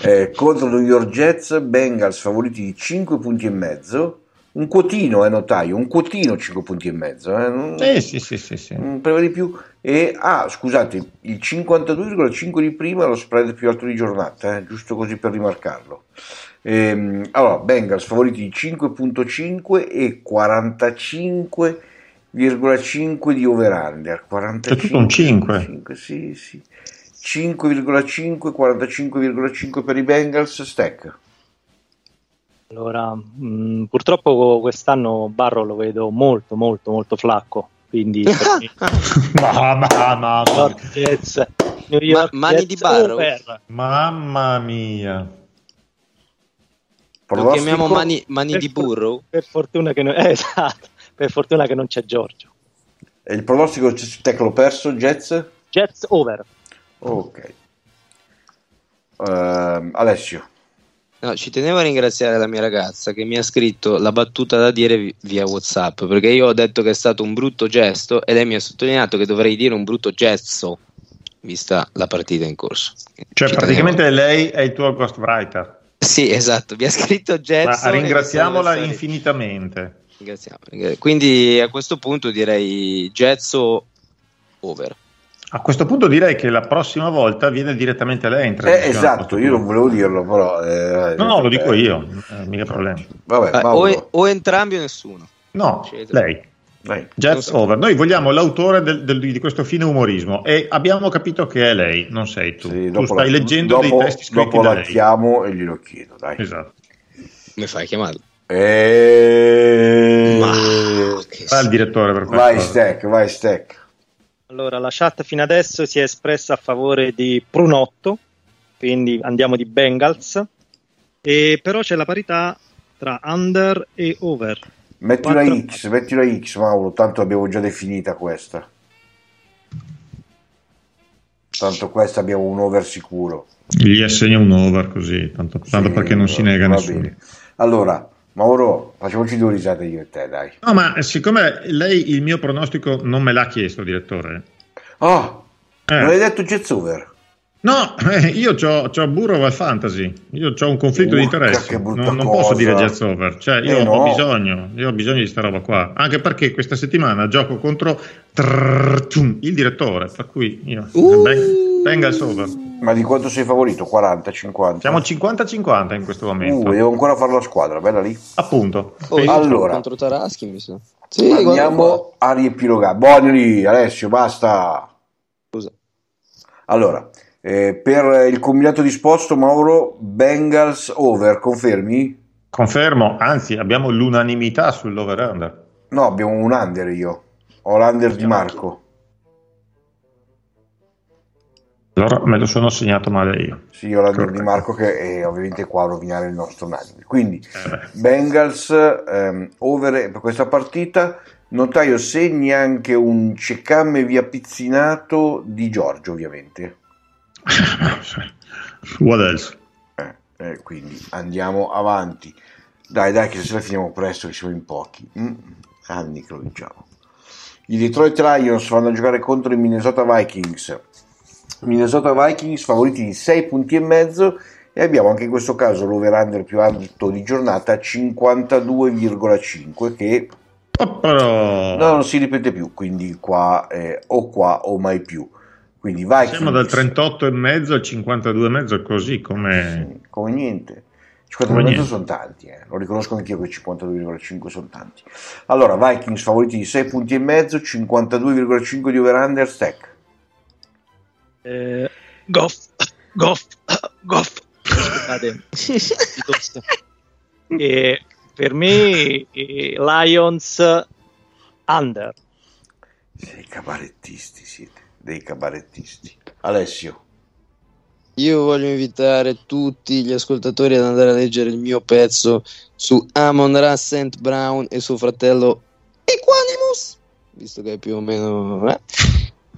Speaker 1: eh, contro New York Jets, Bengals favoriti di 5 punti e mezzo. Un quotino, eh, notaio, un quotino 5 punti e mezzo, eh, non,
Speaker 2: Sì, sì, sì, sì, sì.
Speaker 1: Eh, non preva di più. E, ah, scusate, il 52,5 di prima è lo spread più alto di giornata, eh, giusto così per rimarcarlo. Ehm, allora, Bengals favoriti di 5.5 e 45,5 di over-under. 45,
Speaker 2: C'è tutto un cinque.
Speaker 1: 5, sì, sì. 5,5, 45,5 per i Bengals, stack.
Speaker 4: Allora, mh, purtroppo quest'anno Barro lo vedo molto, molto, molto flacco. Quindi,
Speaker 3: <laughs>
Speaker 4: per me,
Speaker 2: <laughs> Mamma, mamma,
Speaker 4: New York Jets, New York
Speaker 3: mani
Speaker 4: Jets
Speaker 3: di Barrow?
Speaker 4: over.
Speaker 2: mamma mia.
Speaker 3: Lo chiamiamo mani, mani di burro?
Speaker 4: Per fortuna che non, eh, <laughs> esatto, per fortuna che non c'è Giorgio.
Speaker 1: E il pronostico c'è su Teclo perso, Jets?
Speaker 4: Jets over.
Speaker 1: Ok. Ehm, Alessio.
Speaker 3: No, ci tenevo a ringraziare la mia ragazza che mi ha scritto la battuta da dire vi- via WhatsApp perché io ho detto che è stato un brutto gesto e lei mi ha sottolineato che dovrei dire un brutto gesto vista la partita in corso.
Speaker 2: Cioè,
Speaker 3: Ci
Speaker 2: praticamente
Speaker 3: tenevo.
Speaker 2: lei è il tuo ghostwriter.
Speaker 3: Sì, esatto, mi ha scritto
Speaker 2: Ma
Speaker 3: gesto. e
Speaker 2: ringraziamola
Speaker 3: questa è la storia.
Speaker 2: infinitamente.
Speaker 3: Ringraziamo, ringra- Quindi a questo punto direi gesso over.
Speaker 2: A questo punto direi che la prossima volta viene direttamente lei in
Speaker 1: Eh,
Speaker 2: trasmissione.
Speaker 1: esatto, io non volevo dirlo, però. eh,
Speaker 2: No, no, lo dico
Speaker 1: eh,
Speaker 2: io, eh, mica problema.
Speaker 1: Vabbè,
Speaker 3: Eh,
Speaker 1: Mauro,
Speaker 3: o, o entrambi o nessuno.
Speaker 2: No,
Speaker 3: Cedo.
Speaker 2: lei.
Speaker 1: vai.
Speaker 2: Jets over. Noi vogliamo l'autore del- del- di questo fine umorismo e abbiamo capito che è lei, non sei tu.
Speaker 1: Sì,
Speaker 2: tu
Speaker 1: dopo
Speaker 2: stai
Speaker 1: la-
Speaker 2: leggendo
Speaker 1: dopo,
Speaker 2: dei testi scritti
Speaker 1: Dopo
Speaker 2: da
Speaker 1: la
Speaker 2: lei.
Speaker 1: chiamo e glielo chiedo, dai.
Speaker 2: Esatto.
Speaker 3: Mi fai chiamarlo.
Speaker 1: E...
Speaker 3: Ma Eh, che
Speaker 2: Fa il direttore per questa
Speaker 1: Eh, Vai,
Speaker 2: cosa.
Speaker 1: Stack, vai, Stack.
Speaker 4: Allora, la chat fino adesso si è espressa a favore di Prunotto, quindi andiamo di Bengals, e però c'è la parità tra under e over.
Speaker 1: Metti una
Speaker 4: Quattro.
Speaker 1: X, metti una X, Mauro, tanto abbiamo già definita questa. Tanto questa abbiamo un over sicuro.
Speaker 2: Gli assegna un over così, tanto, tanto
Speaker 1: Sì,
Speaker 2: perché non si nega
Speaker 1: va
Speaker 2: nessuno.
Speaker 1: bene. Allora, Mauro, facciamoci due risate io e te, dai.
Speaker 2: No, ma siccome lei il mio pronostico non me l'ha chiesto, direttore.
Speaker 1: Oh,
Speaker 2: eh,
Speaker 1: non hai detto jazz over?
Speaker 2: No, eh, io c'ho, c'ho Burrow al fantasy, io ho un conflitto di
Speaker 1: Urca,
Speaker 2: interessi,
Speaker 1: che brutta
Speaker 2: non, non
Speaker 1: cosa.
Speaker 2: posso dire jazz over, cioè io
Speaker 1: Eh,
Speaker 2: ho
Speaker 1: no.
Speaker 2: bisogno, io ho bisogno di sta roba qua, anche perché questa settimana gioco contro trrr, tum, il direttore, per cui io Beng- Bengals over.
Speaker 1: Ma di quanto sei favorito? 40, 50?
Speaker 2: Siamo 50-50 in questo momento.
Speaker 1: Uh, devo ancora fare la squadra, bella lì.
Speaker 2: Appunto.
Speaker 3: Oh, io
Speaker 1: Allora.
Speaker 3: sono contro Taraschi, mi sa. Sì, guarda qua.
Speaker 1: Andiamo a riepilogare. Buoni lì, Alessio, basta.
Speaker 3: Scusa.
Speaker 1: Allora, eh, per il combinato disposto, Mauro, Bengals over, confermi?
Speaker 2: Confermo, anzi abbiamo l'unanimità sull'over under.
Speaker 1: No, abbiamo un under io. Ho l'under di Marco.
Speaker 2: Allora me lo sono segnato male io.
Speaker 1: Sì, ho l'under
Speaker 2: Corretto.
Speaker 1: di Marco che è ovviamente qua a rovinare il nostro unanime. Quindi,
Speaker 2: Eh beh. <laughs>
Speaker 1: Bengals ehm, over per questa partita. Notaio segni anche un ceccame via pizzinato di Giorgio, ovviamente.
Speaker 2: What else?
Speaker 1: Eh, eh, quindi andiamo avanti. Dai, dai, che se la finiamo presto, che siamo in pochi. Mm, anni che lo diciamo. I Detroit Lions vanno a giocare contro i Minnesota Vikings. Minnesota Vikings favoriti di 6 punti e mezzo e abbiamo anche in questo caso l'over-under più alto di giornata 52,5 che
Speaker 2: Oh, però...
Speaker 1: no, non si ripete più, quindi qua eh, o qua o mai più. Quindi Vikings
Speaker 2: Siamo dal 38 e mezzo al 52 e mezzo, così come...
Speaker 1: Sì, come niente.
Speaker 2: Come
Speaker 1: 52,5
Speaker 2: niente.
Speaker 1: sono tanti, eh. lo riconosco anch'io che 52,5 sono tanti. Allora, Vikings favoriti di 6 punti e mezzo, 52,5 di over-under, stack.
Speaker 4: Eh, goff, goff, goff. Scusate, di tosse. e per me eh, Lions under.
Speaker 1: Sei cabarettisti, siete dei cabarettisti. Alessio,
Speaker 3: Io voglio invitare tutti gli ascoltatori ad andare a leggere il mio pezzo su Amon Ra St. Brown e suo fratello Equanimus, visto che è più o meno eh,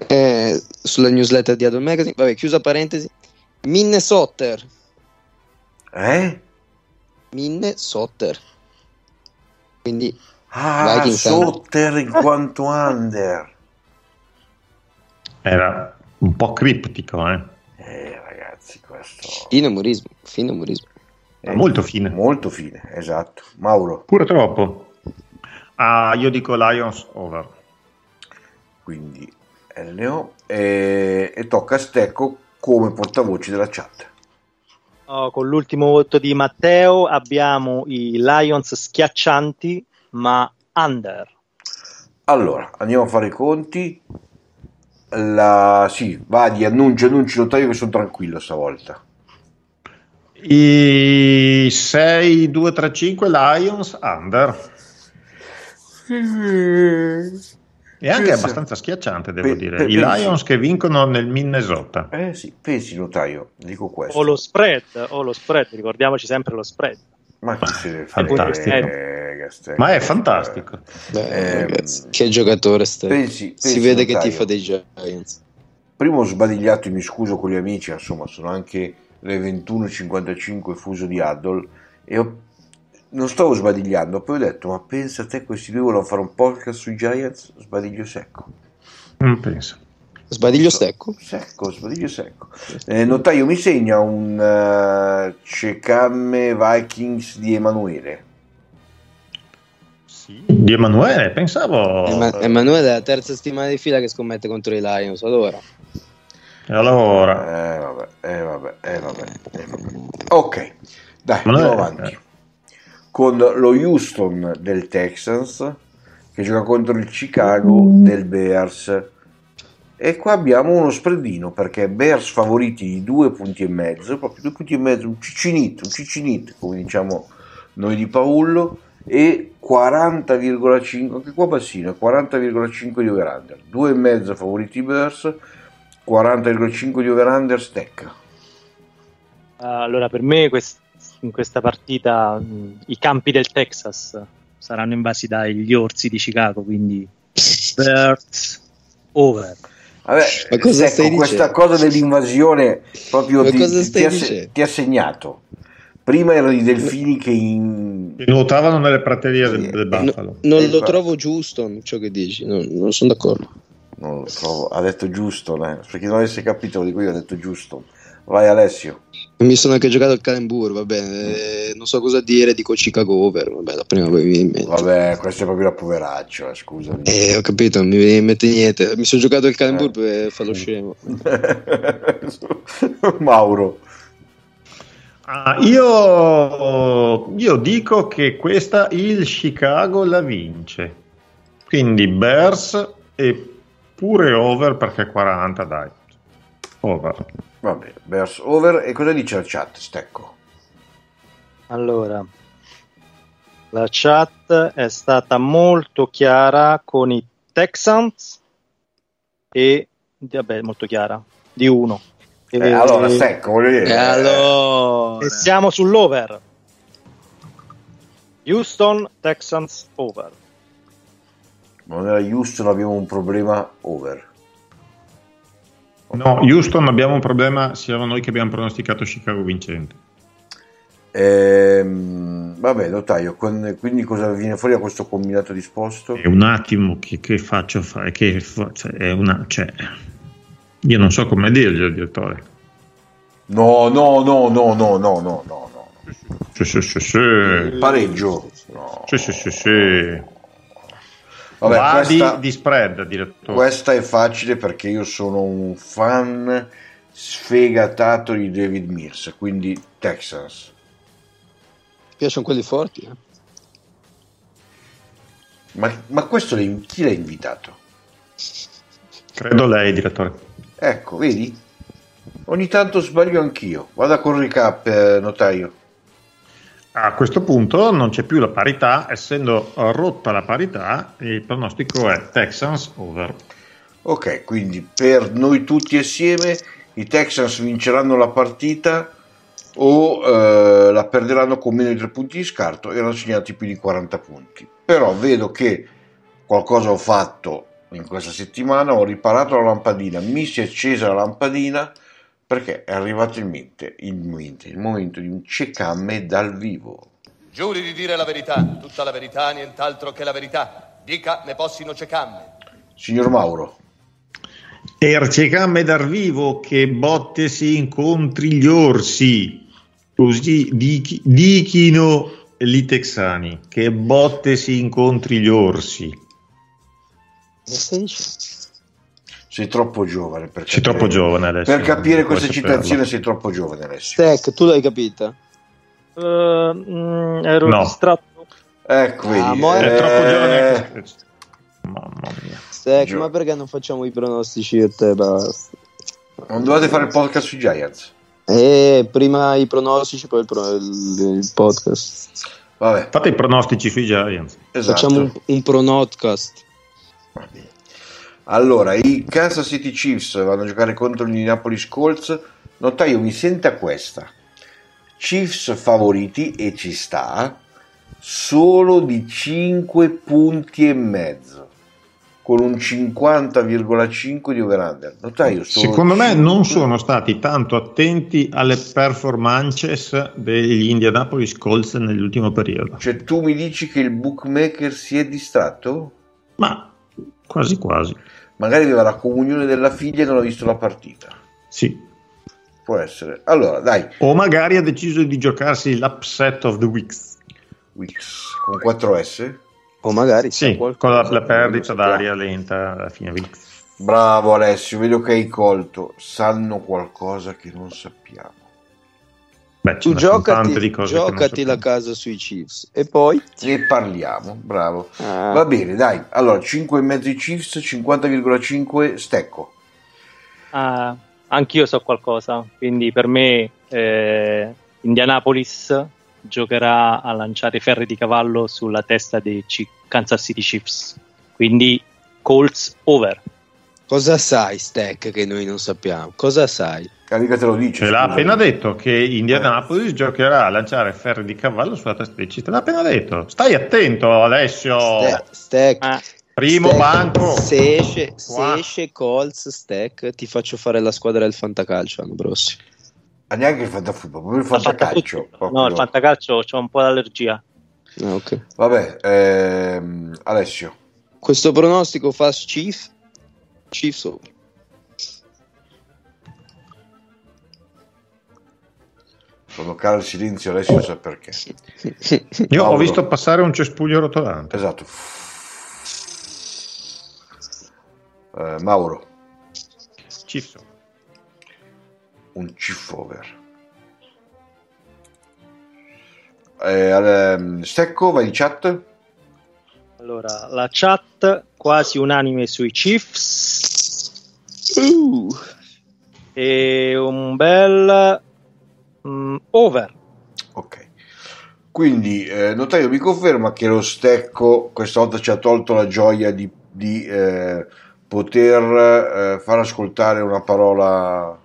Speaker 3: eh, sulla newsletter di Adult Magazine. Vabbè, chiusa parentesi. Minnesota.
Speaker 1: eh?
Speaker 3: Minnesota. Quindi
Speaker 1: Ah,
Speaker 3: Vikings
Speaker 1: Sotter in quanto under.
Speaker 2: Era un po' criptico, eh?
Speaker 1: Eh, ragazzi, questo
Speaker 3: fine umorismo, fine umorismo.
Speaker 1: è
Speaker 2: molto fine.
Speaker 1: Molto fine, esatto. Mauro,
Speaker 2: Pure troppo. Ah, io dico Lions over.
Speaker 1: quindi LO, e, e tocca a Stecco come portavoce della chat.
Speaker 4: Oh, con l'ultimo voto di Matteo abbiamo i Lions schiaccianti, ma under.
Speaker 1: Allora, andiamo a fare i conti. La... Sì, vadi, annunci, annunci, notaio che sono tranquillo stavolta.
Speaker 2: I 6, 2, 3, 5 Lions under. E anche
Speaker 1: Pensa-
Speaker 2: abbastanza schiacciante,
Speaker 1: Pe-
Speaker 2: devo dire.
Speaker 1: pe-
Speaker 2: I
Speaker 1: pensa-
Speaker 2: Lions che vincono nel Minnesota.
Speaker 1: Eh sì, pensi notaio, dico questo.
Speaker 4: O lo spread, o lo spread, ricordiamoci sempre lo spread.
Speaker 1: Ma chi se ne eh,
Speaker 2: Fantastico.
Speaker 1: frega, Stecco.
Speaker 2: Ma è fantastico.
Speaker 3: Beh,
Speaker 1: Ehm,
Speaker 3: Eh, ragazzi, che giocatore stai.
Speaker 1: Pensi, pensi,
Speaker 3: Si vede che
Speaker 1: notaio.
Speaker 3: tifa dei Giants.
Speaker 1: Primo ho sbadigliato e mi scuso con gli amici, insomma, sono anche le 21.55 fuso di Addol e ho- non stavo sbadigliando, poi ho detto ma pensa a te questi due vogliono fare un podcast sui Giants, sbadiglio secco.
Speaker 2: Non Mm, penso.
Speaker 3: Sbadiglio secco.
Speaker 1: Secco, sbadiglio secco. Eh, notaio mi segna un eh, Cecamme Vikings di Emanuele.
Speaker 2: Sì. Di Emanuele, pensavo.
Speaker 3: Ema- Emanuele è la terza settimana di fila che scommette contro i Lions. Allora,
Speaker 2: E allora.
Speaker 1: Eh vabbè, eh vabbè, eh vabbè, eh, vabbè. Ok, dai, andiamo
Speaker 2: non è-
Speaker 1: avanti. Con lo Houston del Texans che gioca contro il Chicago del Bears. E qua abbiamo uno spreadino perché Bears favoriti di due punti e mezzo, proprio due punti e mezzo, un ciccinito, un ciccinito, come diciamo noi di Paullo, e 40,5, anche qua bassino, 40,5 di over-under, due e mezzo favoriti Bears, 40,5 di over-under stecca.
Speaker 4: Ah, Allora, per me quest- in questa partita mh, i campi del Texas saranno invasi dagli orsi di
Speaker 1: <laughs>
Speaker 4: Chicago, quindi Birds over.
Speaker 1: Vabbè,
Speaker 3: Ma cosa
Speaker 1: ecco,
Speaker 3: stai
Speaker 1: questa
Speaker 3: dicendo?
Speaker 1: cosa dell'invasione proprio
Speaker 3: Ma
Speaker 1: ti,
Speaker 3: cosa
Speaker 1: ti
Speaker 3: stai
Speaker 1: ha se-
Speaker 3: dicendo?
Speaker 1: ti ha segnato. Prima erano i delfini che in...
Speaker 2: Che Nuotavano nelle praterie del, del
Speaker 3: No-
Speaker 2: Buffalo.
Speaker 3: non lo
Speaker 1: Ecco.
Speaker 3: trovo giusto ciò che dici. Non, non sono d'accordo.
Speaker 1: Non lo trovo, ha detto giusto, eh. per chi non avesse capito lo dico io, ha detto giusto. Vai Alessio.
Speaker 3: Mi sono anche giocato il Calembur. Va bene, eh, non so cosa dire. Dico Chicago over. Vabbè, la prima che mi viene in mente.
Speaker 1: Vabbè, questo è proprio la poveraccia, scusami.
Speaker 3: Eh, ho capito, non mi viene in mente niente. Mi sono giocato il Calembur per
Speaker 1: Mm.
Speaker 3: farlo scemo.
Speaker 1: <laughs> Mauro.
Speaker 2: Ah, io, io dico che questa il Chicago la vince. Quindi Bears e pure over perché 40, dai. Over.
Speaker 1: Vabbè, Bears over. E cosa dice la chat, Stecco?
Speaker 4: Allora, la chat è stata molto chiara con i Texans e, vabbè, molto chiara, di uno.
Speaker 1: Eh,
Speaker 4: E-
Speaker 1: allora, Stecco, voglio dire... eh,
Speaker 3: E eh, allora,
Speaker 4: E siamo sull'over. Houston Texans over.
Speaker 1: Non era Houston, abbiamo un problema over.
Speaker 2: No, Houston abbiamo un problema, siamo noi che abbiamo pronosticato Chicago vincente.
Speaker 1: Ehm, vabbè, notaio, con- quindi cosa viene fuori da questo combinato disposto?
Speaker 2: È un attimo che, che faccio fare, che fa- cioè, è una, cioè, io non so come dirgli, direttore.
Speaker 1: No, no, no, no, no, no, no, no, no.
Speaker 2: Sì, sì, sì, Eh, sì.
Speaker 1: Pareggio? No.
Speaker 2: Sì, sì, sì, sì.
Speaker 1: Vabbè,
Speaker 2: Va di-
Speaker 1: questa,
Speaker 2: di, spread, direttore.
Speaker 1: questa è facile perché io sono un fan sfegatato di David Mills, quindi Texans.
Speaker 3: ti piacciono quelli forti. eh?
Speaker 1: Ma, ma questo l'hai- chi l'ha invitato?
Speaker 2: Credo lei, direttore.
Speaker 1: Ecco, vedi? Ogni tanto sbaglio anch'io. Vada con recap, eh, notaio.
Speaker 2: A questo punto non c'è più la parità, essendo rotta la parità, il pronostico è Texans over.
Speaker 1: Ok, quindi per noi tutti assieme i Texans vinceranno la partita o eh, la perderanno con meno di tre punti di scarto e hanno segnati più di 40 punti. Però vedo che qualcosa ho fatto in questa settimana, ho riparato la lampadina, mi si è accesa la lampadina perché è arrivato in mente il momento, il momento di un cecamme dal vivo.
Speaker 5: Giuri di dire la verità, tutta la verità, nient'altro che la verità. Dica ne possino cecamme.
Speaker 1: Signor Mauro,
Speaker 2: Ercecamme dal vivo che botte si incontri gli orsi, così dichi- dichino gli texani, che botte si incontri gli orsi.
Speaker 3: Cosa stai dicendo?
Speaker 1: sei troppo giovane per capire,
Speaker 2: Sei troppo giovane adesso.
Speaker 1: Per capire
Speaker 2: non puoi
Speaker 1: questa
Speaker 2: saperlo.
Speaker 1: citazione sei troppo giovane Alessio.
Speaker 3: Tech, tu l'hai capita?
Speaker 4: Eh, mm, ero
Speaker 2: No.
Speaker 4: distratto.
Speaker 1: Ecco, vedi.
Speaker 3: Ah, mo è
Speaker 2: È troppo
Speaker 1: eh,
Speaker 2: giovane. Mamma mia.
Speaker 3: Tech,
Speaker 1: Gio-
Speaker 3: ma perché non facciamo i pronostici io e te? Basta.
Speaker 1: Non dovete fare il podcast sui Giants.
Speaker 3: Eh, prima i pronostici, poi il, pro- il- il podcast.
Speaker 1: Vabbè,
Speaker 2: Fate i pronostici sui Giants.
Speaker 1: esatto.
Speaker 3: Facciamo un, un pronotcast.
Speaker 1: Va bene. Allora, i Kansas City Chiefs vanno a giocare contro gli Indianapolis Colts. Notaio, mi senta questa. Chiefs favoriti, e ci sta, solo di 5 punti e mezzo. con un 50,5 di over-under. Notai, io sono
Speaker 2: Secondo me non
Speaker 1: 5.
Speaker 2: sono stati tanto attenti alle performances degli Indianapolis Colts nell'ultimo periodo.
Speaker 1: Cioè, tu mi dici che il bookmaker si è distratto?
Speaker 2: Ma quasi quasi.
Speaker 1: Magari aveva la comunione della figlia e non ha visto la partita.
Speaker 2: Sì.
Speaker 1: Può essere. Allora, dai,
Speaker 2: O magari ha deciso di giocarsi l'upset of the week.
Speaker 1: Wix con 4S.
Speaker 3: O magari c'è
Speaker 2: Sì, con
Speaker 3: qualcosa
Speaker 2: la, la
Speaker 3: che
Speaker 2: perdita
Speaker 3: non
Speaker 2: d'aria lenta alla fine. Week.
Speaker 1: Bravo Alessio, vedo che hai colto. Sanno qualcosa che non sappiamo.
Speaker 2: Beh, ce
Speaker 3: Tu
Speaker 2: ne sono
Speaker 3: giocati,
Speaker 2: tante di cose che non
Speaker 3: giocati la
Speaker 2: sappiamo.
Speaker 3: casa sui Chiefs e poi
Speaker 1: Ne parliamo, bravo.
Speaker 3: Ah,
Speaker 1: Va bene, dai. Allora, 5,5 Chiefs, 50,5 Stecco.
Speaker 4: Ah, anch'io so qualcosa, quindi per me eh, Indianapolis giocherà a lanciare ferri di cavallo sulla testa dei C- Kansas City Chiefs, quindi Colts over.
Speaker 3: cosa sai, Stack, che noi non sappiamo? Cosa sai?
Speaker 1: La Ah, mica te lo dice.
Speaker 2: Ce l'ha
Speaker 1: scusa.
Speaker 2: appena detto che
Speaker 3: Eh.
Speaker 2: Indianapolis giocherà a lanciare ferri di cavallo sulla testa dei Chiefs. Te l'ha appena detto. Stai attento, Alessio.
Speaker 3: Ste- Stack,
Speaker 4: Ah,
Speaker 2: Primo
Speaker 3: Stack,
Speaker 2: banco.
Speaker 3: Se esce, se
Speaker 2: Qua.
Speaker 3: esce Colts, Stack, ti faccio fare la squadra del Fantacalcio l'anno prossimo.
Speaker 1: Ma Ah, neanche il fantafutbol, proprio il fantacalcio. proprio.
Speaker 4: No, il fantacalcio c'ho un po' d'allergia.
Speaker 3: Ah, ok.
Speaker 1: Vabbè, ehm, Alessio.
Speaker 3: Questo pronostico fa Chiefs, Chiefs over.
Speaker 1: Sono caro il silenzio, Alessio sa perché.
Speaker 2: Io ho
Speaker 1: Paolo.
Speaker 2: visto passare un cespuglio rotolante.
Speaker 1: Esatto. Eh, Mauro,
Speaker 2: Chiefs.
Speaker 1: un cifover. Eh, ehm, Stecco, vai in chat.
Speaker 4: Allora, la chat quasi unanime sui Chiefs
Speaker 3: Uh,
Speaker 4: e un bel mm, over.
Speaker 1: Ok. Quindi, eh, notaio mi conferma che lo Stecco questa volta ci ha tolto la gioia di, di, eh, poter eh, far ascoltare una parola.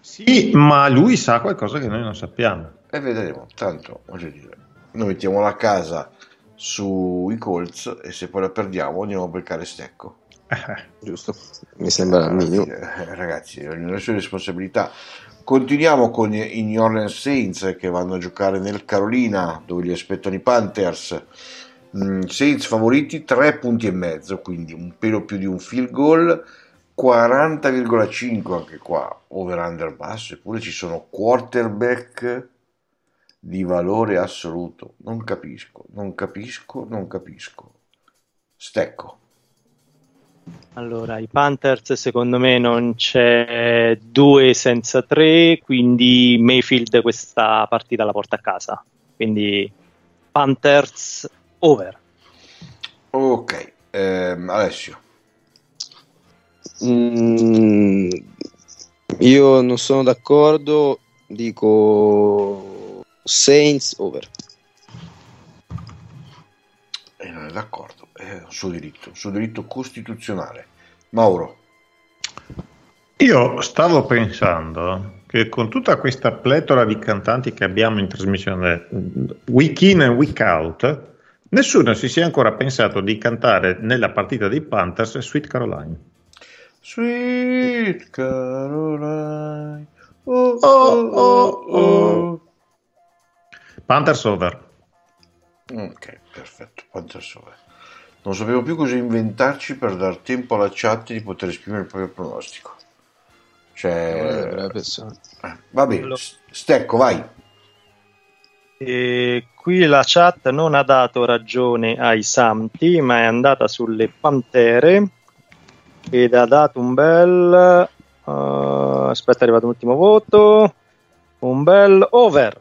Speaker 2: Sì, ma lui sa qualcosa che noi non sappiamo. <laughs>
Speaker 1: E vedremo. Tanto, voglio dire, noi mettiamo la casa sui Colts e se poi la perdiamo andiamo a beccare Stecco.
Speaker 3: giusto, mi sembra il
Speaker 1: Alla
Speaker 3: minimo.
Speaker 1: fine, eh, ragazzi, ognuno ha le sue responsabilità. Continuiamo con i New Orleans Saints che vanno a giocare nel Carolina dove li aspettano i Panthers. Mm, Saints favoriti 3 punti e mezzo, quindi un pelo più di un field goal, 40,5 anche qua, over under basso, eppure ci sono quarterback di valore assoluto. Non capisco, non capisco, non capisco. Stecco.
Speaker 4: Allora, i Panthers secondo me non c'è due senza tre, quindi Mayfield questa partita la porta a casa. Quindi Panthers over.
Speaker 1: Ok, ehm, Alessio.
Speaker 3: Mm, io non sono d'accordo, dico Saints oh, over.
Speaker 1: E non è d'accordo, è un suo diritto, un suo diritto costituzionale. Mauro,
Speaker 2: Io stavo pensando che con tutta questa pletora di cantanti che abbiamo in trasmissione mm, week in e week out, nessuno si sia ancora pensato di cantare nella partita dei Panthers Sweet Caroline.
Speaker 1: Sweet Caroline, oh
Speaker 2: oh, oh, oh. Panthers over.
Speaker 1: Ok, perfetto, quanto sole. Non sapevo più cosa inventarci per dar tempo alla chat di poter esprimere il proprio pronostico. Cioè, eh, va bene, S- Stecco, vai.
Speaker 4: E qui la chat non ha dato ragione ai Santi, ma è andata sulle Pantere ed ha dato un bel... eh, aspetta, è arrivato un ultimo voto. Un bel over.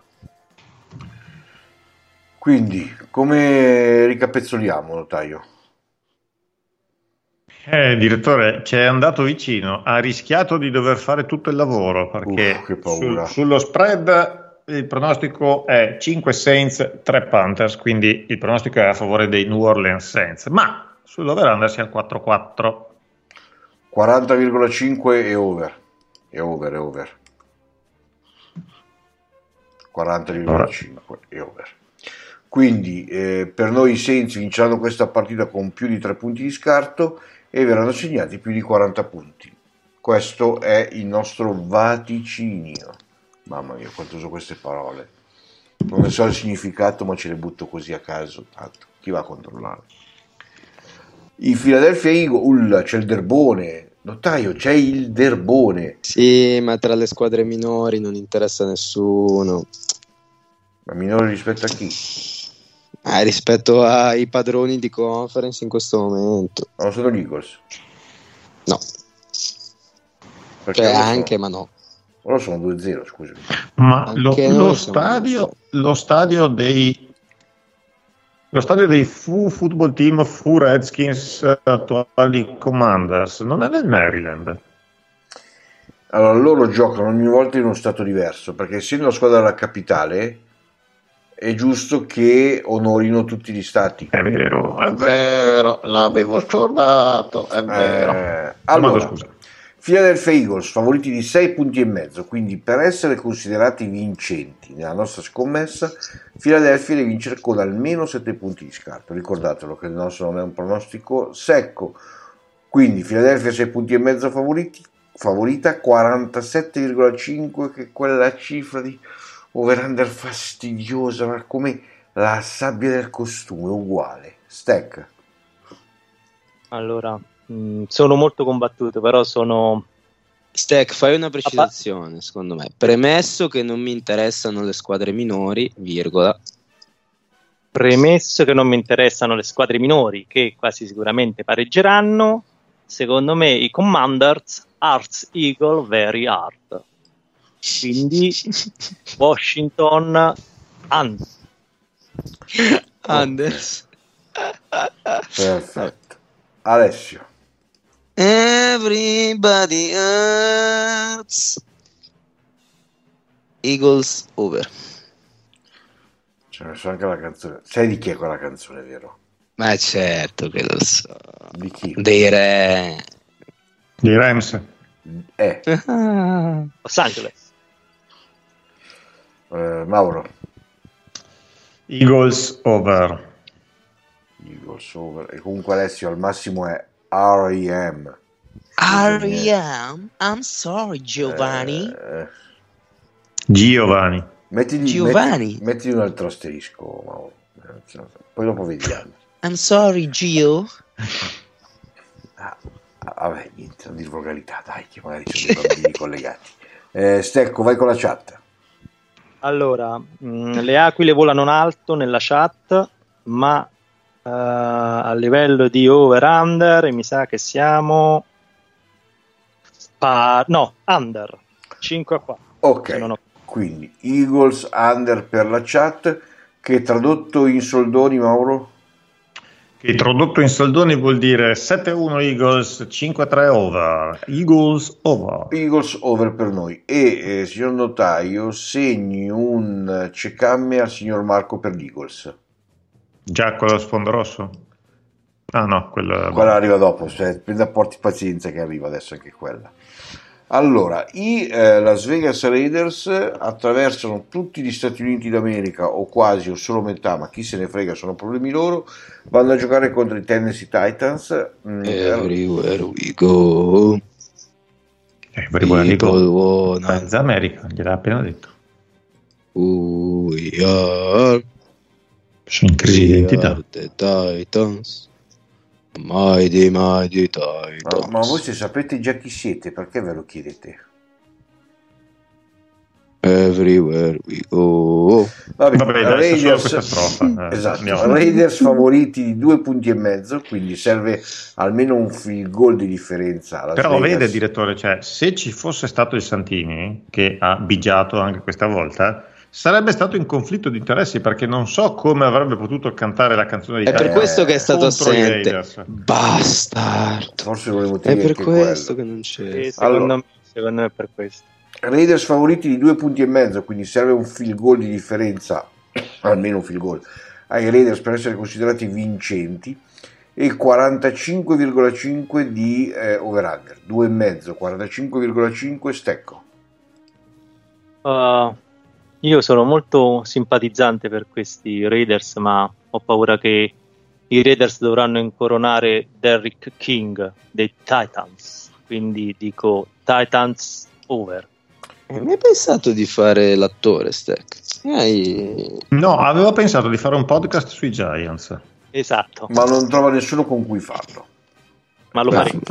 Speaker 1: Quindi, come ricapezzoliamo, notaio?
Speaker 2: Eh, direttore, ci è andato vicino, ha rischiato di dover fare tutto il lavoro perché
Speaker 1: Uff, che paura.
Speaker 2: sul- sullo spread il pronostico è 5 Saints, 3 Panthers, quindi il pronostico è a favore dei New Orleans Saints, ma sull'over-under si è al 4-4.
Speaker 1: 40,5 e over. E over, e over. 40,5 e over. Quindi eh, per noi i Saints vinceranno questa partita con più di 3 punti di scarto e verranno segnati più di 40 punti. Questo è il nostro vaticinio. Mamma mia, quanto uso queste parole. Non ne so il significato, ma ce le butto così a caso. Tanto, chi va a controllare? I Philadelphia Eagles, ulla, c'è il derbone. Notaio, c'è il derbone.
Speaker 3: Sì, ma tra le squadre minori non interessa a nessuno.
Speaker 1: Ma minore rispetto a chi?
Speaker 3: Eh, rispetto ai padroni di conference in questo momento,
Speaker 1: Non sono gli Eagles.
Speaker 3: no.
Speaker 1: Perché
Speaker 3: Cioè,
Speaker 1: loro sono-
Speaker 3: anche, ma no.
Speaker 1: Loro sono 2-0, scusami.
Speaker 2: Ma lo,
Speaker 3: Anche
Speaker 2: lo
Speaker 3: noi siamo
Speaker 2: stadio,
Speaker 3: così.
Speaker 2: lo stadio dei lo stadio dei Fu Football Team Fu Redskins eh, attuali Commanders non è nel Maryland.
Speaker 1: Allora, loro giocano ogni volta in uno stato diverso, perché essendo la squadra della capitale, è giusto che onorino tutti gli stati.
Speaker 2: È vero, è vero, l'avevo scordato, è
Speaker 1: Eh, allora,
Speaker 2: Domanda, scusa.
Speaker 1: Philadelphia Eagles, favoriti di 6 punti e mezzo, quindi per essere considerati vincenti nella nostra scommessa, Philadelphia deve vincere con almeno 7 punti di scarto. Ricordatelo che il nostro non è un pronostico secco. Quindi Philadelphia 6 punti e mezzo favoriti, favorita 47,5 che è quella cifra di over-under fastidiosa, ma come la sabbia del costume, uguale. Stack.
Speaker 4: Allora, mh, sono molto combattuto, però sono...
Speaker 3: Stack, fai una precisazione, secondo me. Premesso che non mi interessano le squadre minori, virgola.
Speaker 4: Premesso che non mi interessano le squadre minori, che quasi sicuramente pareggeranno, secondo me i Commanders, Arts Eagle, Very Hard. Quindi Washington, anzi,
Speaker 3: Anders.
Speaker 1: Perfetto. Alessio.
Speaker 3: Everybody hurts. Eagles over.
Speaker 1: C'è messo Cioè, anche la canzone. Sai di chi è quella canzone, vero?
Speaker 3: Ma certo che lo so.
Speaker 1: Di chi?
Speaker 3: Dei re.
Speaker 2: Di Rams.
Speaker 1: Eh,
Speaker 4: Los Angeles.
Speaker 1: eh, Mauro.
Speaker 2: Eagles over.
Speaker 1: Eagles over. E comunque Alessio al massimo è R.E.M.
Speaker 3: Ariam, I'm sorry Giovanni.
Speaker 1: Eh,
Speaker 2: Giovanni.
Speaker 1: mettili,
Speaker 3: Giovanni.
Speaker 1: metti- mettili un altro asterisco, Mauro. Eh, cioè, Poi dopo vediamo.
Speaker 3: I'm sorry Gio.
Speaker 1: Ah, ah, vabbè, niente, non dire volgarità, dai, che magari ci sono dei bambini <laughs> collegati. Eh, Stecco, vai con la chat.
Speaker 4: Allora, mh, le aquile volano in alto nella chat, ma eh, a livello di over-under mi sa che siamo... pa- no, under, 5 a 4.
Speaker 1: Ok.
Speaker 4: se non ho-
Speaker 1: Quindi Eagles under per la chat che tradotto in soldoni, Mauro?
Speaker 2: Che tradotto in soldoni vuol dire 7-1 Eagles, 5-3 over. Eagles over.
Speaker 1: Eagles over per noi e eh, signor notaio segni un eh, cecamme al signor Marco per l'Eagles
Speaker 2: Già quello a sfondo rosso? Ah no, quello...
Speaker 1: quella arriva dopo cioè, prenda porti pazienza che arriva adesso anche quella allora i eh, Las Vegas Raiders attraversano tutti gli Stati Uniti d'America o quasi o solo metà ma chi se ne frega sono problemi loro vanno a giocare contro i Tennessee Titans Mm,
Speaker 3: Eh,
Speaker 6: Eh,
Speaker 3: Everywhere we go.
Speaker 2: Eh, per quello
Speaker 3: people
Speaker 2: dico,
Speaker 3: wanna-
Speaker 2: Mezza America, gliel'ha appena detto.
Speaker 3: We are,
Speaker 2: Sono in crisi di
Speaker 3: we
Speaker 2: identità.
Speaker 3: are the Titans. Mighty, mighty Titans.
Speaker 1: ma, ma voi se sapete già chi siete perché ve lo chiedete
Speaker 3: Everywhere we go.
Speaker 1: Vabbè,
Speaker 2: Vabbè, dai, sta solo questa strofa. Eh,
Speaker 1: Esatto,
Speaker 2: andiamo.
Speaker 1: Raiders favoriti di due punti e mezzo, quindi serve almeno un field goal di differenza. alla
Speaker 2: Però
Speaker 1: Vegas.
Speaker 2: vede, direttore, cioè, se ci fosse stato il Santini, che ha bigiato anche questa volta, sarebbe stato in conflitto di interessi perché non so come avrebbe potuto cantare la canzone di
Speaker 3: È per
Speaker 2: Italia
Speaker 3: questo che è stato
Speaker 2: contro i
Speaker 3: assente.
Speaker 2: Raiders.
Speaker 3: Bastardo.
Speaker 1: Forse volevo dire
Speaker 3: È per
Speaker 1: anche
Speaker 3: questo
Speaker 1: quello.
Speaker 3: che non c'è.
Speaker 2: Eh,
Speaker 4: Sì, secondo,
Speaker 1: Allora.
Speaker 4: me, secondo me è per questo.
Speaker 1: Raiders favoriti di due punti e mezzo, quindi serve un field goal di differenza, almeno un field goal, ai Raiders per essere considerati vincenti e 45,5 di eh, over-under, 2,5, 45,5 stecco.
Speaker 4: Uh, Io sono molto simpatizzante per questi Raiders, ma ho paura che i Raiders dovranno incoronare Derrick King dei Titans. Quindi dico Titans over.
Speaker 3: Eh, mi hai pensato di fare l'attore, Stack? Hai-
Speaker 2: No, avevo pensato di fare un podcast sui Giants.
Speaker 4: Esatto,
Speaker 1: ma non trova nessuno con cui farlo.
Speaker 4: ma lo
Speaker 3: Bravo.
Speaker 4: faremo.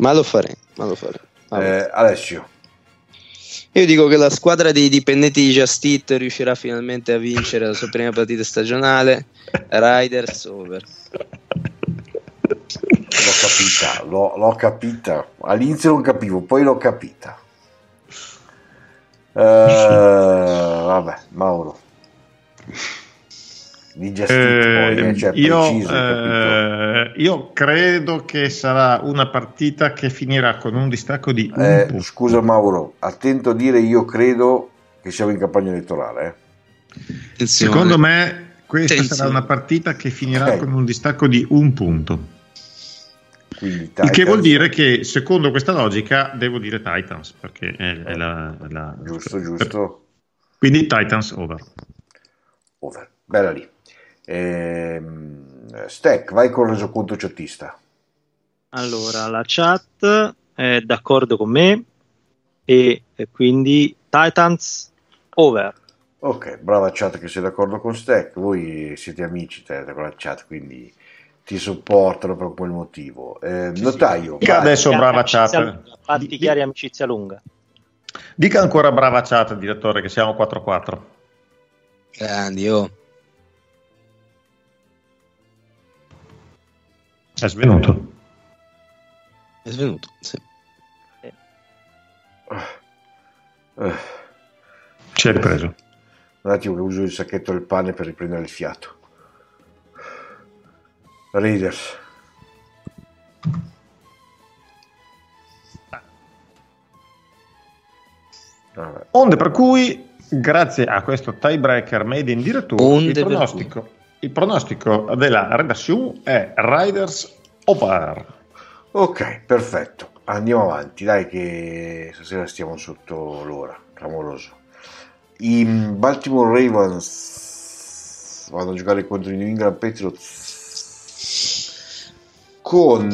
Speaker 3: Ma lo faremo, ma lo faremo. Vabbè.
Speaker 1: Eh, Alessio,
Speaker 3: Io dico che la squadra dei dipendenti di Just Eat riuscirà finalmente a vincere la sua prima partita <laughs> stagionale. Riders over.
Speaker 1: l'ho capita, l'ho, l'ho capita. All'inizio non capivo, poi l'ho capita. Eh,
Speaker 2: <laughs>
Speaker 1: vabbè, Mauro. Digestito,
Speaker 2: Eh,
Speaker 1: poi, eh, cioè,
Speaker 2: io,
Speaker 1: preciso, hai capito?
Speaker 2: eh, io credo che sarà una partita che finirà con un distacco di un
Speaker 1: Eh,
Speaker 2: punto.
Speaker 1: scusa Mauro, attento a dire io credo che siamo in campagna elettorale. eh.
Speaker 3: Attenzione.
Speaker 2: Secondo me questa
Speaker 3: Attenzione.
Speaker 2: sarà una partita che finirà
Speaker 1: Ok.
Speaker 2: con un distacco di un punto.
Speaker 1: Quindi,
Speaker 2: Il che
Speaker 1: Titans-
Speaker 2: vuol dire che secondo questa logica devo dire Titans perché è, è la, è la-
Speaker 1: Giusto, giusto.
Speaker 2: Quindi Titans over.
Speaker 1: Over. Bella lì. Ehm, Stack, vai con il resoconto ciottista.
Speaker 4: Allora, la chat è d'accordo con me e, e quindi Titans over.
Speaker 1: Ok, brava chat che sei d'accordo con Stack. Voi siete amici te, con la chat, quindi ti supportano per quel motivo. Ehm, notaio,
Speaker 2: Dica
Speaker 1: vai.
Speaker 2: adesso brava
Speaker 4: Amicizia
Speaker 2: chat.
Speaker 4: lunga, Fatti
Speaker 2: Di-
Speaker 4: chiari, amicizia lunga.
Speaker 2: Dica ancora brava chat, direttore, che siamo 4-4.
Speaker 3: Grandi, oh.
Speaker 2: È svenuto.
Speaker 3: È svenuto. sì.
Speaker 1: Eh,
Speaker 2: Ci è ripreso.
Speaker 1: un attimo che uso il sacchetto del pane per riprendere il fiato. Raiders. Vabbè.
Speaker 2: Onde per cui, grazie a questo tiebreaker made in direttura,
Speaker 3: Onde
Speaker 2: il
Speaker 3: per
Speaker 2: pronostico, il pronostico della redazione è Riders over.
Speaker 1: Ok, perfetto. Andiamo avanti, dai che stasera stiamo sotto l'ora, clamoroso. I Baltimore Ravens vanno a giocare contro i New England Patriots con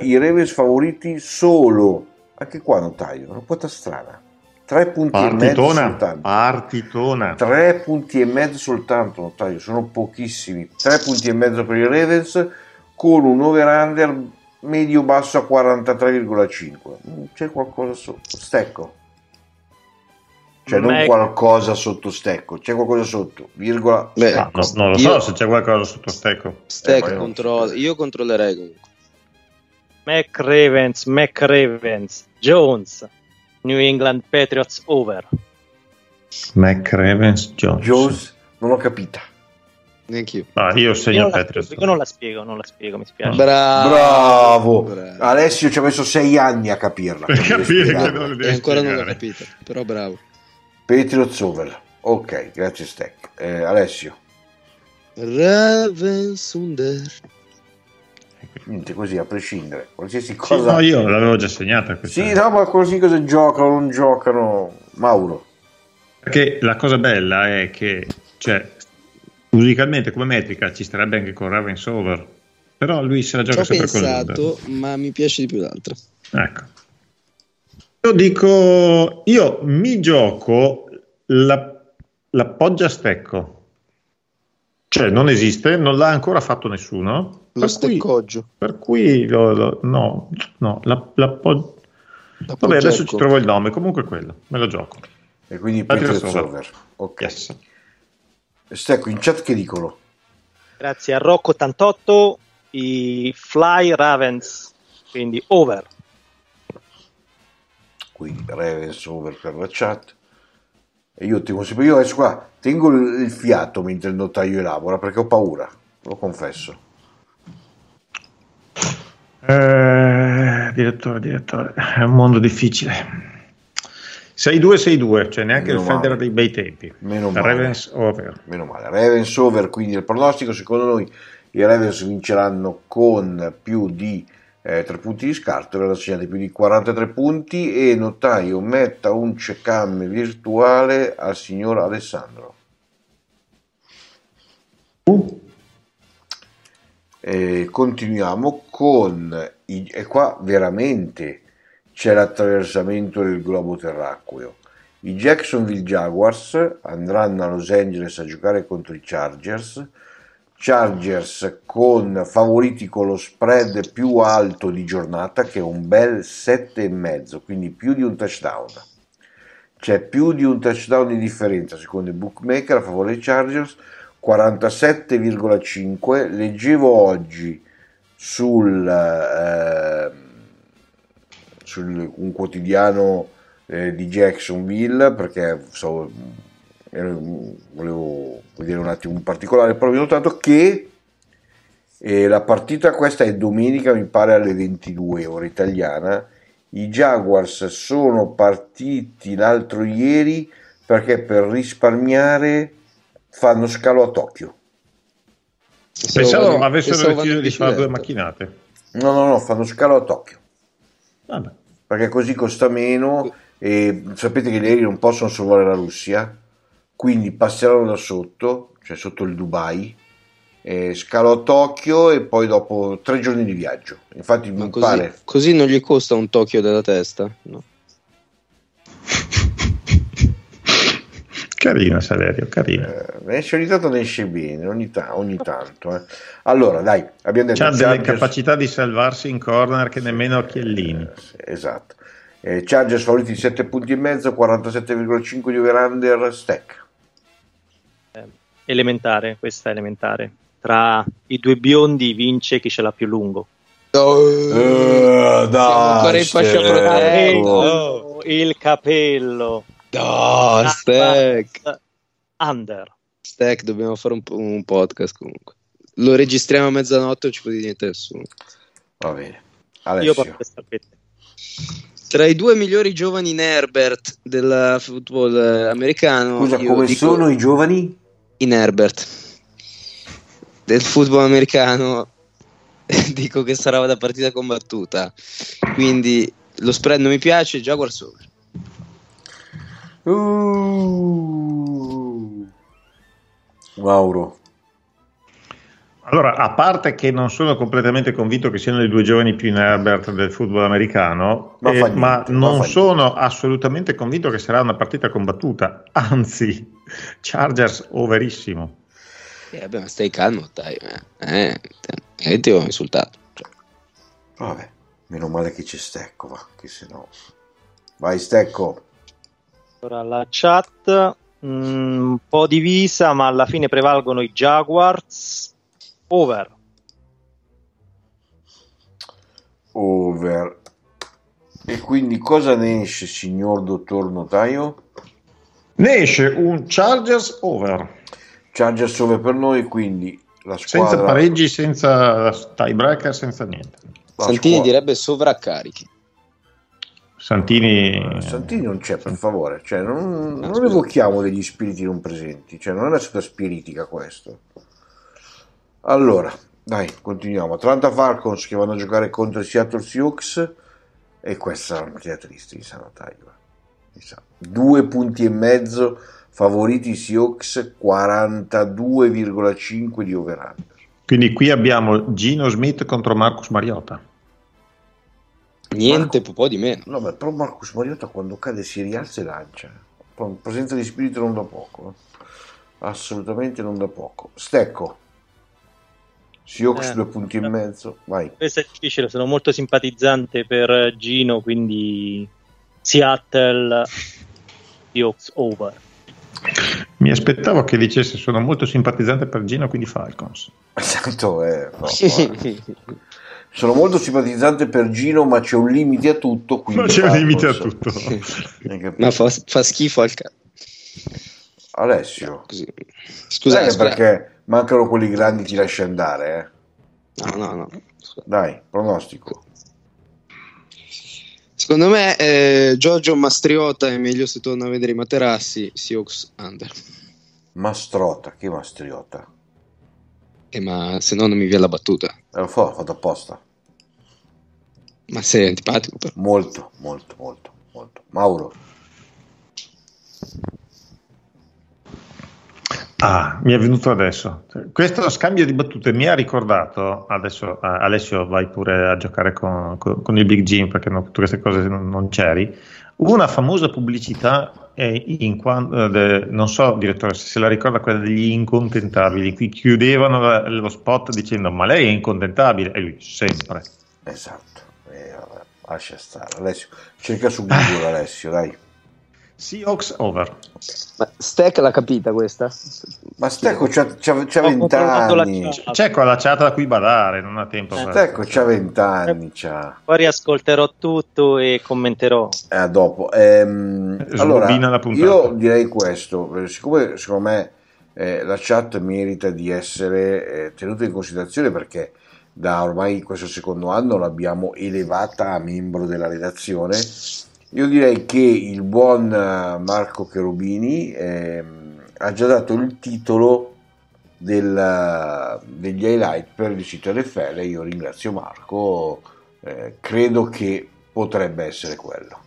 Speaker 1: i Ravens favoriti solo, anche qua non taglio, una quota strana. Tre punti e mezzo
Speaker 2: Partitona. Ah,
Speaker 1: soltanto.
Speaker 2: Partitona.
Speaker 1: Tre punti e mezzo soltanto, notaio, sono pochissimi. Tre punti e mezzo per i Ravens con un over-under medio-basso a 43,5. Mm, C'è qualcosa sotto stecco. Cioè non
Speaker 4: Meg-
Speaker 1: qualcosa sotto stecco, c'è qualcosa sotto, virgola.
Speaker 3: Beh,
Speaker 2: Ah, no, non lo so
Speaker 3: io-
Speaker 2: se c'è qualcosa sotto stecco.
Speaker 3: Stack
Speaker 1: Eh, ma-
Speaker 3: controlla- Io controllerei comunque.
Speaker 4: Mac Ravens, Mac Ravens, Jones, New England Patriots over.
Speaker 2: Mac Ravens Jones.
Speaker 1: Jones, non l'ho capita.
Speaker 3: Neanche io.
Speaker 2: Ah, io
Speaker 4: Io
Speaker 2: segno
Speaker 4: non, la
Speaker 2: Patriots.
Speaker 4: spiego, io non la spiego, non la spiego, mi spiace.
Speaker 2: Ah,
Speaker 3: Bravo.
Speaker 1: Bravo! Alessio ci ha messo sei anni a capirla.
Speaker 2: Per
Speaker 1: quindi devi
Speaker 2: capire che
Speaker 1: spiegarla.
Speaker 2: non lo
Speaker 3: E
Speaker 2: devi
Speaker 3: ancora non l'ho
Speaker 2: spiegare.
Speaker 3: capito. Però bravo.
Speaker 1: Patriots over. Ok, grazie Stecco. Eh, Alessio,
Speaker 3: Ravens under.
Speaker 1: niente così a prescindere, qualsiasi
Speaker 2: Sì,
Speaker 1: cosa
Speaker 2: no, io l'avevo già segnata questa.
Speaker 1: Sì, no, ma così cosa giocano, non giocano. Mauro.
Speaker 2: Perché la cosa bella è che, cioè, musicalmente come metrica ci starebbe anche con Ravens Over, però lui se la
Speaker 3: Ci
Speaker 2: gioca
Speaker 3: ho
Speaker 2: sempre con
Speaker 3: pensato, ma mi piace di più l'altra.
Speaker 2: l'Under. Ecco. Io dico, io mi gioco la, la poggia stecco. Cioè, non esiste, non l'ha ancora fatto nessuno.
Speaker 3: Lo
Speaker 2: per cui-
Speaker 3: steccoggio.
Speaker 2: Per cui, lo- lo- no, no, la, la pog-
Speaker 3: La
Speaker 2: Vabbè, adesso
Speaker 3: poggioco.
Speaker 2: ci trovo il nome, comunque è quello, me lo gioco.
Speaker 1: E quindi
Speaker 2: Patriots
Speaker 1: Patriots over. Ok.
Speaker 2: Yes.
Speaker 1: Stecco, in chat che dicono?
Speaker 4: Grazie a Rocco 88, i Fly Ravens, quindi over.
Speaker 1: Quindi Ravens over per la chat. E io tengo sempre, io adesso qua tengo il il fiato mentre il notaio elabora perché ho paura, lo confesso.
Speaker 2: Eh, direttore, direttore, è un mondo difficile. 6-2-6-2, cioè neanche
Speaker 1: Meno
Speaker 2: il Federer
Speaker 1: male.
Speaker 2: dei bei tempi.
Speaker 1: Meno male.
Speaker 2: Ravens over.
Speaker 1: Meno male. Ravens over, quindi il pronostico secondo noi i Ravens vinceranno con più di eh, tre punti di scarto, aveva segnato più di 43 punti e notaio metta un check-up virtuale al signor Alessandro. E continuiamo con, i- e qua veramente c'è l'attraversamento del globo terracqueo. I Jacksonville Jaguars andranno a Los Angeles a giocare contro i Chargers. Chargers con favoriti con lo spread più alto di giornata che è un bel 7,5, quindi più di un touchdown. C'è più di un touchdown di differenza secondo il bookmaker a favore dei Chargers 47,5. Leggevo oggi sul, eh, sul- un quotidiano eh, di Jacksonville perché stavo- ero- volevo vedere un attimo un particolare, però mi ho notato che eh, la partita questa è domenica, mi pare alle 22 ore italiana. I Jaguars sono partiti l'altro ieri perché per risparmiare fanno scalo a Tokyo.
Speaker 2: Pensavo
Speaker 6: vanno-
Speaker 2: avessero
Speaker 6: pensavo
Speaker 2: deciso
Speaker 6: vanno
Speaker 2: di fare due
Speaker 6: bicicletta.
Speaker 2: macchinate.
Speaker 1: No, no, no, fanno scalo a Tokyo.
Speaker 2: Vabbè.
Speaker 1: perché così costa meno e sapete che gli aerei non possono sorvolare la Russia, quindi passeranno da sotto, cioè sotto il Dubai, eh, scalo a Tokyo e poi dopo tre giorni di viaggio. Infatti
Speaker 6: Ma
Speaker 1: mi
Speaker 6: così,
Speaker 1: pare,
Speaker 6: così non gli costa un Tokyo della testa? No.
Speaker 2: Carina Saverio, carina.
Speaker 1: eh, esce ogni tanto ne esce bene, ogni, ta- ogni tanto. eh. Allora dai, abbiamo detto...
Speaker 2: C'ha delle
Speaker 1: Chargers-
Speaker 2: capacità di salvarsi in corner che nemmeno Chiellini.
Speaker 1: Eh, sì, esatto. Eh, Chargers favoriti di 7 punti e mezzo, 47,5 di over-under stack.
Speaker 4: Elementare, questa è elementare. Tra i due biondi vince chi ce l'ha più lungo.
Speaker 1: Eh, dai,
Speaker 6: ancora in fascia
Speaker 1: Stecco.
Speaker 6: protetta.
Speaker 4: Capello, Il capello.
Speaker 1: Ah,
Speaker 6: No, Stack.
Speaker 4: Under.
Speaker 6: Stack, dobbiamo fare un, po- un podcast comunque. Lo registriamo a mezzanotte, non ci può dire niente nessuno.
Speaker 1: Va bene.
Speaker 4: Io
Speaker 1: Alessio.
Speaker 4: porto questa pezza.
Speaker 6: Tra i due migliori giovani in Herbert del football eh, americano,
Speaker 1: Scusa,
Speaker 6: io
Speaker 1: come
Speaker 6: dico
Speaker 1: sono i giovani?
Speaker 6: in Herbert del football americano, <laughs> dico che sarà da partita combattuta. Quindi lo spread non mi piace, Jaguars over.
Speaker 1: Uh. Mauro.
Speaker 2: Allora, a parte che non sono completamente convinto che siano i due giovani più in Herbert del football americano,
Speaker 1: Ma
Speaker 2: eh,
Speaker 1: fa
Speaker 2: ma
Speaker 1: niente, ma
Speaker 2: non
Speaker 1: fa
Speaker 2: sono assolutamente convinto che sarà una partita combattuta, anzi, Chargers overissimo.
Speaker 6: Eh, beh, ma stai calmo, dai. Eh, eh, te- eh, ti ho insultato.
Speaker 1: Vabbè, meno male che c'è Stecco, va, che se no... Vai Stecco.
Speaker 4: Allora, la chat mh, un po' divisa, ma alla fine prevalgono i Jaguars. Over.
Speaker 1: Over. E quindi cosa ne esce, signor dottor notaio?
Speaker 2: Ne esce un Chargers over,
Speaker 1: Chargers over per noi, quindi la squadra...
Speaker 2: senza pareggi, senza tiebreaker, senza niente.
Speaker 1: la
Speaker 6: Santini
Speaker 1: squadra-
Speaker 6: direbbe sovraccarichi.
Speaker 2: Santini,
Speaker 1: Eh, Santini non c'è, per
Speaker 2: Santini.
Speaker 1: favore. Cioè, non,
Speaker 6: Ah,
Speaker 1: non
Speaker 6: scusa.
Speaker 1: evochiamo degli spiriti non presenti. Cioè, non è una città spiritica questo. Allora, dai, continuiamo. Atlanta Falcons che vanno a giocare contro i Seattle Sioux. E questa sarà una partita triste di San Due punti e mezzo favoriti i Sioux, 42,5 di over-under.
Speaker 2: Quindi qui abbiamo Gino Smith contro Marcus Mariota.
Speaker 6: Niente, po' po' di meno.
Speaker 1: No, ma però Marcus Mariota quando cade si rialza e lancia. Pro- Presenza di spirito non da poco. eh. Assolutamente non da poco. Stecco. Siox
Speaker 4: Eh.
Speaker 1: due punti e mezzo. Vai. <laughs>
Speaker 4: Questo è difficile, sono molto simpatizzante per Gino, quindi Seattle, Seahawks over.
Speaker 2: Mi aspettavo che dicesse sono molto simpatizzante per Gino, quindi Falcons.
Speaker 1: Tanto eh,
Speaker 6: <laughs>
Speaker 1: no, guarda. Sono molto simpatizzante per Gino, ma c'è un limite a tutto. Quindi eh,
Speaker 2: Ma c'è un
Speaker 1: Marcos-
Speaker 2: limite a tutto.
Speaker 1: Hai capito?
Speaker 6: ma fa, fa schifo al cazzo.
Speaker 1: Alessio.
Speaker 6: Così.
Speaker 1: Sai
Speaker 6: Scusate,
Speaker 1: che perché mancano quelli grandi ti lasci andare. eh?
Speaker 6: No, no, no. Scusate.
Speaker 1: Dai, pronostico.
Speaker 6: Secondo me eh, Giorgio Mastriota è meglio se torna a vedere i materassi, Sioux Under.
Speaker 1: Mastrota, che mastriota.
Speaker 6: Eh, ma se no non mi viene la battuta.
Speaker 1: Eh, Lo so, l'ho fatto apposta.
Speaker 3: Ma sei antipatico però.
Speaker 1: Molto, molto, molto, molto. Mauro,
Speaker 2: Ah, mi è venuto adesso. Questo scambio di battute mi ha ricordato, adesso eh, Alessio vai pure a giocare con, con- con il Big Jim perché no, tutte queste cose non, non c'eri, una famosa pubblicità, eh, in quan- eh, de- non so direttore se se la ricorda quella degli incontentabili, qui chiudevano la- lo spot dicendo ma lei è incontentabile e lui sempre.
Speaker 1: esatto. Eh, vabbè, lascia stare, Alessio. Cerca su
Speaker 4: <laughs>
Speaker 1: Google, Alessio, dai.
Speaker 2: Seahawks over.
Speaker 6: Ma Stack l'ha capita questa?
Speaker 1: Ma Stecco c'ha, c'ha, c'ha
Speaker 4: Ho controllato la
Speaker 1: vent'anni.
Speaker 4: chat.
Speaker 2: C'è qua la chat a cui badare, non ha tempo. per-
Speaker 1: Stecco c'ha
Speaker 4: Eh,
Speaker 1: vent'anni, c'ha.
Speaker 4: Poi riascolterò tutto e commenterò.
Speaker 1: Eh, a dopo. Ehm,
Speaker 2: Sbobina
Speaker 1: allora,
Speaker 2: la puntata.
Speaker 1: io direi questo, eh, siccome secondo me eh, la chat merita di essere eh, tenuta in considerazione perché da ormai questo secondo anno l'abbiamo elevata a membro della redazione, io direi che il buon eh, Marco Cherubini ehm, ha già dato il titolo del- eh, degli highlight per il sito NFL, io ringrazio Marco, eh, credo che potrebbe essere quello.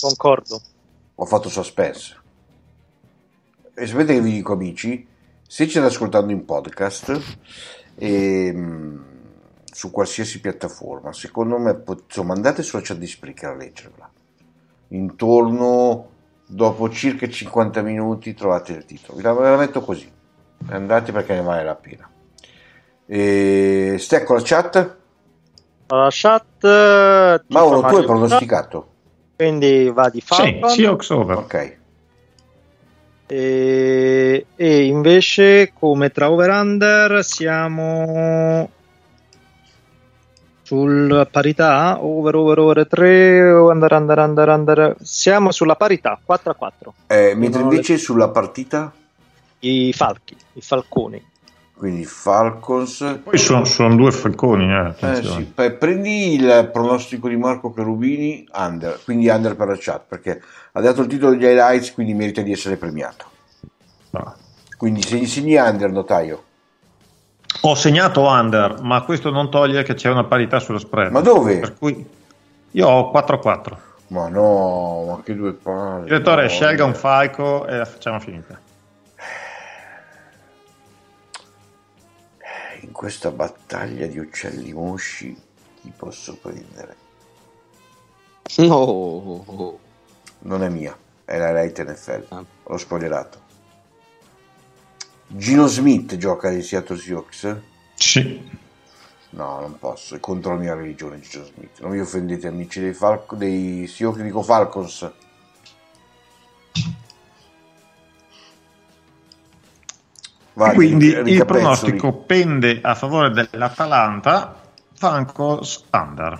Speaker 4: Concordo.
Speaker 1: ho fatto suspense. E sapete che vi dico, amici? Se ci state ascoltando in podcast, ehm, su qualsiasi piattaforma, secondo me, po- insomma, andate sulla chat di Spreaker a leggerla. Intorno, dopo circa 50 minuti, trovate il titolo. Vi la, ve la metto così. Andate perché ne vale la pena. E, stai con la chat?
Speaker 4: La chat. eh, ti
Speaker 1: Mauro,
Speaker 4: fa
Speaker 1: tu hai
Speaker 4: male.
Speaker 1: pronosticato?
Speaker 4: Quindi va di
Speaker 2: Sì,
Speaker 4: Falcon.
Speaker 2: Seahawks over.
Speaker 1: Ok.
Speaker 4: E, e invece come tra over under siamo sul parità over over over 3 under under under under siamo sulla parità 4 a 4
Speaker 1: Eh, mentre
Speaker 4: Sono le-
Speaker 1: invece sulla partita,
Speaker 4: i falchi i falconi
Speaker 1: quindi Falcons,
Speaker 2: Poi sono, sono due falconi, eh,
Speaker 1: Eh,
Speaker 2: attenzione.
Speaker 1: sì, pe- prendi il pronostico di Marco Cherubini under, quindi under per la chat perché ha dato il titolo degli highlights quindi merita di essere premiato
Speaker 2: No.
Speaker 1: quindi se insegni under notaio
Speaker 2: Ho segnato under, ma questo non toglie che c'è una parità sullo spread.
Speaker 1: ma dove?
Speaker 2: Per cui io ho 4-4.
Speaker 1: ma no ma che due palle
Speaker 2: Direttore,
Speaker 1: no.
Speaker 2: scelga un falco e la facciamo finita.
Speaker 1: Eh, in questa battaglia di uccelli mosci chi posso prendere?
Speaker 3: No.
Speaker 1: non è mia è la Lite NFL
Speaker 3: Ah.
Speaker 1: l'ho spoilerato Gino Smith gioca in Seattle Seahawks
Speaker 2: Sì.
Speaker 1: No, non posso, è contro la mia religione, Gigio Smith. Non vi offendete, amici dei, Falco, dei Seahawks, dico Falcons. Vai,
Speaker 2: Quindi
Speaker 1: ric-
Speaker 2: il
Speaker 1: ricapezzoli.
Speaker 2: pronostico pende a favore dell'Atalanta, Falcons under.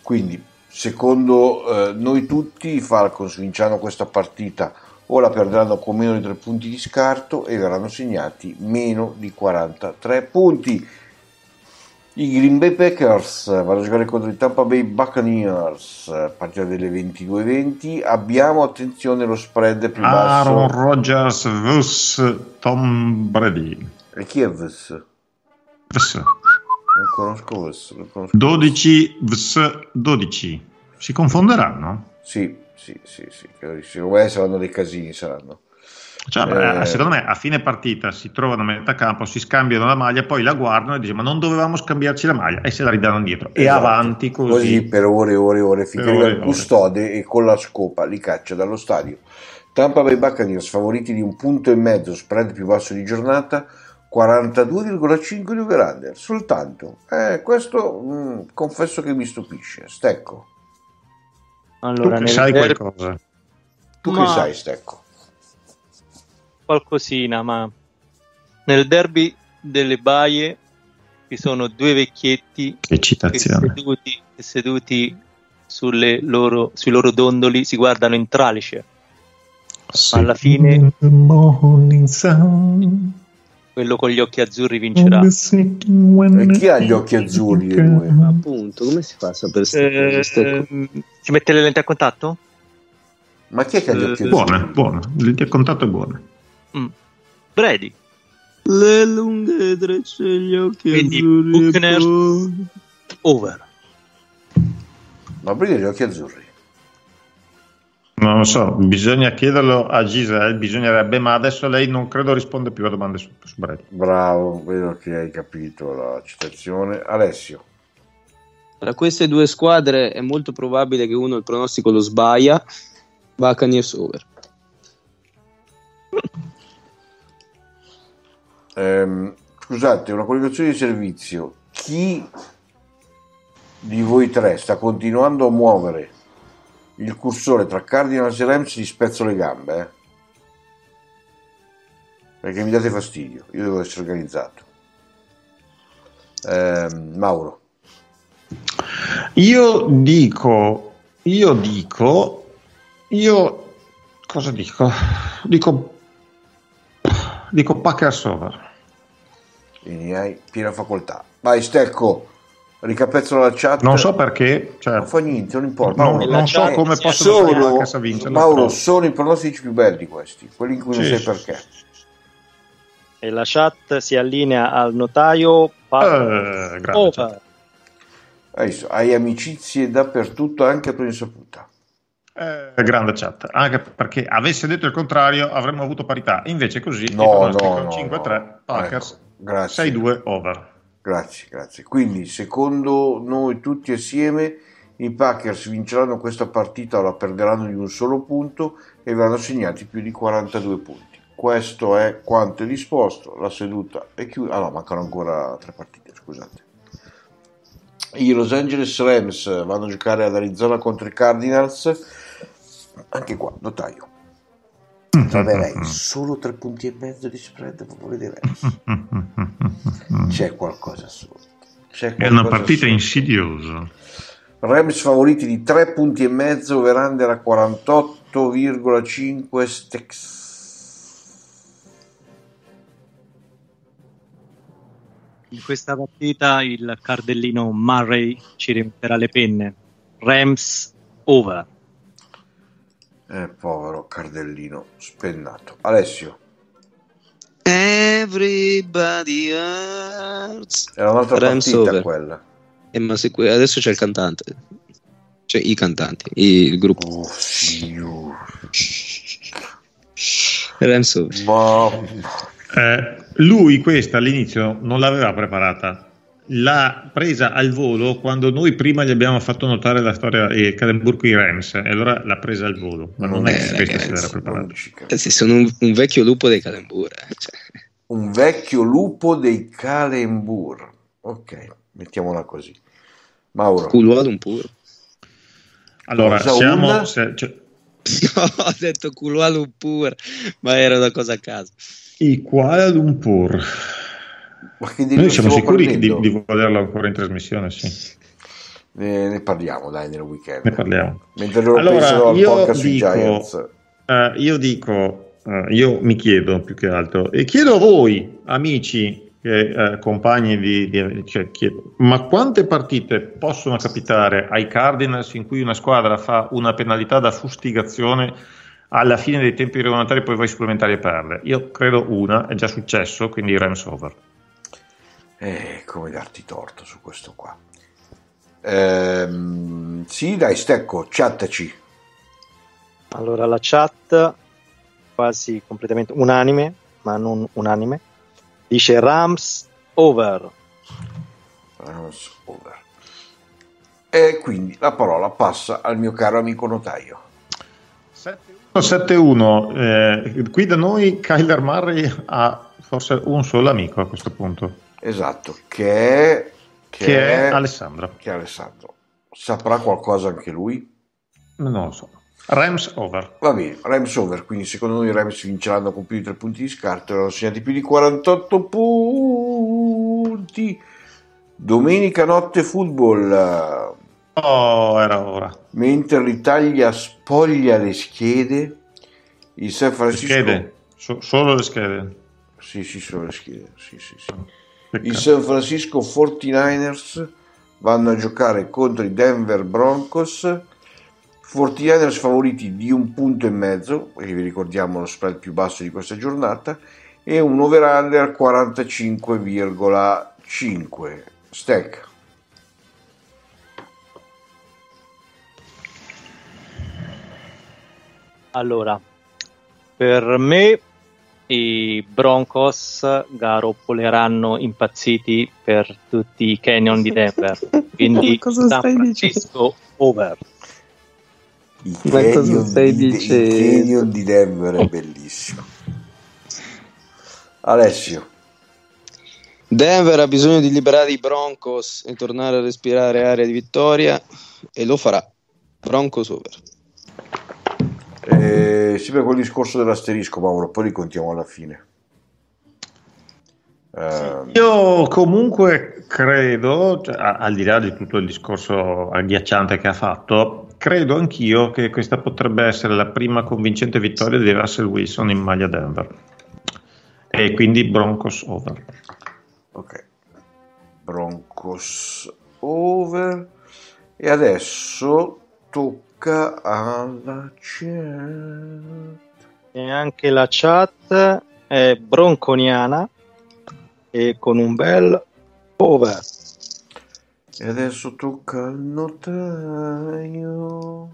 Speaker 1: Quindi, secondo eh, noi tutti, i Falcons vinceranno questa partita o la perderanno con meno di 3 punti di scarto e verranno segnati meno di 43 punti. I Green Bay Packers vanno a giocare contro i Tampa Bay Buccaneers, eh, partita delle 22:20. Abbiamo attenzione lo spread
Speaker 2: Ah,
Speaker 1: più
Speaker 2: Aaron
Speaker 1: basso.
Speaker 2: Rodgers vs Tom Brady.
Speaker 1: E chi è Vs? Non
Speaker 2: Vs.
Speaker 1: conosco Vs, non conosco.
Speaker 2: 12 vs 12. Si confonderanno?
Speaker 1: Sì, sì, sì, sì, credo di sì. Secondo me saranno dei casini, saranno.
Speaker 2: Cioè,
Speaker 1: Eh.
Speaker 2: eh, secondo me a fine partita si trovano a metà campo, si scambiano la maglia, poi la guardano e dicono ma non dovevamo scambiarci la maglia e se la ridanno indietro. E
Speaker 1: Esatto.
Speaker 2: avanti così.
Speaker 1: per ore e ore e ore finché
Speaker 2: Per
Speaker 1: arriva
Speaker 2: ore
Speaker 1: il
Speaker 2: e ore.
Speaker 1: custode e con la scopa li caccia dallo stadio. Tampa Bay Buccaneers favoriti di un punto e mezzo, spread più basso di giornata, 42,5 di over-under, soltanto. Eh, questo mm, confesso che mi stupisce. Stecco,
Speaker 2: tu
Speaker 4: allora
Speaker 2: che
Speaker 4: nel-
Speaker 2: sai
Speaker 4: nel-
Speaker 2: qualcosa.
Speaker 1: tu
Speaker 4: Ma-
Speaker 1: che sai Stecco?
Speaker 4: qualcosina ma nel derby delle baie ci sono due vecchietti
Speaker 2: Che
Speaker 4: che seduti, che seduti sulle loro, sui loro dondoli si guardano in tralice. alla fine- Quello con gli occhi azzurri vincerà.
Speaker 1: E chi ha gli occhi azzurri di lui?
Speaker 3: Ma appunto, come si fa a sapere queste cose? Ste co-
Speaker 4: Ehm, ci mette le lenti a contatto?
Speaker 1: Ma chi è che ha gli
Speaker 4: Eh,
Speaker 1: occhi azzurri?
Speaker 2: Buona, buona. Il contatto è buono.
Speaker 4: Mm. Brady.
Speaker 3: le lunghe trecce e gli occhi
Speaker 4: Quindi,
Speaker 3: azzurri. e
Speaker 4: Buckner-
Speaker 3: blu.
Speaker 4: Over.
Speaker 1: Ma aprire gli occhi azzurri.
Speaker 2: Non lo so, bisogna chiederlo a Giselle, bisognerebbe, ma adesso lei non credo risponde più a domande su, su Brad.
Speaker 1: Bravo, vedo che hai capito la citazione. Alessio.
Speaker 6: Tra queste due squadre è molto probabile che uno il pronostico lo sbaia. Buccaneers over.
Speaker 1: Ehm, scusate, una collegazione di servizio. Chi di voi tre sta continuando a muovere il cursore tra Cardinals e Rams? Gli spezzo le gambe, eh? Perché mi date fastidio. Io devo essere organizzato. Ehm, Mauro,
Speaker 2: Io dico, io dico, io cosa dico? Dico, dico Packers over.
Speaker 1: quindi hai piena facoltà. Vai, Stecco, ricapezzola la chat.
Speaker 2: Non so perché, cioè,
Speaker 1: Non fa niente, non importa.
Speaker 2: non,
Speaker 1: Mauro,
Speaker 2: non so
Speaker 1: eh,
Speaker 2: come possono fare i
Speaker 1: sono,
Speaker 2: Packers a vincere.
Speaker 1: Mauro, sono i pronostici più belli questi, quelli in cui non
Speaker 2: Sì.
Speaker 1: sai perché.
Speaker 4: E la chat si allinea al notaio. Pa-
Speaker 2: Eh, grande
Speaker 4: over.
Speaker 1: Hai visto, hai amicizie dappertutto, anche per insaputa.
Speaker 2: Eh, grande chat, anche perché avesse detto il contrario avremmo avuto parità, invece così
Speaker 1: No,
Speaker 2: io pronostico
Speaker 1: no, no,
Speaker 2: 5-3
Speaker 1: no.
Speaker 2: Packers
Speaker 1: Ecco, grazie.
Speaker 2: 6-2 over.
Speaker 1: Grazie, grazie. Quindi, secondo noi tutti assieme, i Packers vinceranno questa partita o la perderanno di un solo punto e verranno segnati più di 42 punti. Questo è quanto è disposto. La seduta è chiusa. Ah no, mancano ancora tre partite, scusate. I Los Angeles Rams vanno a giocare ad Arizona contro i Cardinals. Anche qua, notaio.
Speaker 2: <laughs> Mm-hmm.
Speaker 1: Troverei solo tre punti e mezzo di spread a favore dei Rams. c'è qualcosa sotto. C'è
Speaker 2: Mm-hmm. È una
Speaker 1: qualcosa
Speaker 2: partita
Speaker 1: sotto.
Speaker 2: insidiosa.
Speaker 1: Rams favoriti di 3 punti e mezzo, Verander a 48,5 Stex.
Speaker 4: In questa partita il cardellino Murray ci rimetterà le penne. Rams over.
Speaker 1: Eh, povero Cardellino spennato. Alessio,
Speaker 3: Everybody hurts.
Speaker 1: era un'altra
Speaker 6: Rams
Speaker 1: partita
Speaker 6: over.
Speaker 1: quella.
Speaker 6: Eh, ma se que- adesso c'è il cantante. Cioè i cantanti, il gruppo.
Speaker 1: Oh signore.
Speaker 3: Oh.
Speaker 6: Rams over.
Speaker 1: Ma
Speaker 2: Eh, lui questa all'inizio non l'aveva preparata, l'ha presa al volo quando noi prima gli abbiamo fatto notare la storia di Cadenburg con i Rams e allora l'ha presa al volo, ma non è che
Speaker 6: Eh,
Speaker 2: questa
Speaker 6: ragazzi,
Speaker 2: se l'era preparata.
Speaker 1: non ci credo.
Speaker 6: Eh sì, sono un, un vecchio lupo dei Calembur. eh, cioè.
Speaker 1: un vecchio lupo dei Calembur. Ok, mettiamola così. Mauro,
Speaker 6: Culuolum puro. <laughs>
Speaker 2: Allora,
Speaker 1: Cosa
Speaker 2: siamo...
Speaker 1: un?
Speaker 2: se- cioè,
Speaker 6: No, ho detto Culuolum puro, ma era una cosa a caso.
Speaker 2: I Kuala Lumpur.
Speaker 1: ma che
Speaker 2: Noi
Speaker 1: delirio stiamo
Speaker 2: siamo sicuri che di,
Speaker 1: prendendo?
Speaker 2: di volerlo ancora in trasmissione, sì.
Speaker 1: Ne, ne parliamo dai nel weekend.
Speaker 2: Ne parliamo.
Speaker 1: Mentre loro
Speaker 2: Allora,
Speaker 1: pensano al
Speaker 2: io
Speaker 1: podcast sui
Speaker 2: dico-
Speaker 1: Giants.
Speaker 2: Eh, io dico, eh, io mi chiedo più che altro, e chiedo a voi, amici, che, eh, compagni di, di- cioè, chiedo, ma quante partite possono capitare ai Cardinals in cui una squadra fa una penalità da fustigazione alla fine dei tempi regolamentari e poi vai supplementari e perde? Io credo una, è già successo, quindi Rams over.
Speaker 1: Eh, come darti torto su questo qua. Ehm, sì, dai, Stecco, chattaci.
Speaker 4: Allora la chat quasi completamente unanime, ma non unanime, dice Rams over.
Speaker 1: Rams over. E quindi la parola passa al mio caro amico notaio.
Speaker 2: 7-1, eh, qui da noi Kyler Murray ha forse un solo amico a questo punto,
Speaker 1: Esatto, che è, che
Speaker 2: che è
Speaker 1: è-
Speaker 2: Alessandro.
Speaker 1: che è Alessandro. Saprà qualcosa anche lui?
Speaker 2: Non lo so. Rams over.
Speaker 1: Va bene, Rams over, quindi secondo noi i Rams vinceranno con più di 3 punti di scarto, erano segnati più di 48 punti. Domenica notte football,
Speaker 2: Oh, era ora.
Speaker 1: mentre l'Italia spoglia le schede, il San
Speaker 2: Le
Speaker 1: Francisco...
Speaker 2: schede. So- solo le schede.
Speaker 1: Sì, sì, sono le schede, sì, sì, sì.
Speaker 2: Peccato.
Speaker 1: I San Francisco 49ers vanno a giocare contro i Denver Broncos. 49ers favoriti di un punto e mezzo, perché vi ricordiamo lo spread più basso di questa giornata. e un over-under 45,5. Stack.
Speaker 4: Allora, per me i Broncos garoppoleranno impazziti per tutti i canyon di
Speaker 6: <laughs>
Speaker 4: Denver. Quindi
Speaker 6: Cosa
Speaker 4: San
Speaker 6: stai
Speaker 4: Francisco over.
Speaker 1: Il
Speaker 6: Ma cosa
Speaker 1: canyon
Speaker 6: stai
Speaker 1: di-
Speaker 6: dicendo?
Speaker 1: Il canyon di Denver è bellissimo. Alessio,
Speaker 6: Denver ha bisogno di liberare i Broncos e tornare a respirare aria di vittoria e lo farà. Broncos over.
Speaker 1: eh, sempre quel discorso dell'asterisco, Mauro, poi li contiamo alla fine. Ehm,
Speaker 2: Io comunque credo, cioè, a- al di là di tutto il discorso agghiacciante che ha fatto, credo anch'io che questa potrebbe essere la prima convincente vittoria di Russell Wilson in maglia Denver. E quindi Broncos over.
Speaker 1: Ok, Broncos over. E adesso tocca alla chat.
Speaker 4: E anche la chat è bronconiana e con un bel over.
Speaker 1: E adesso tocca al notaio.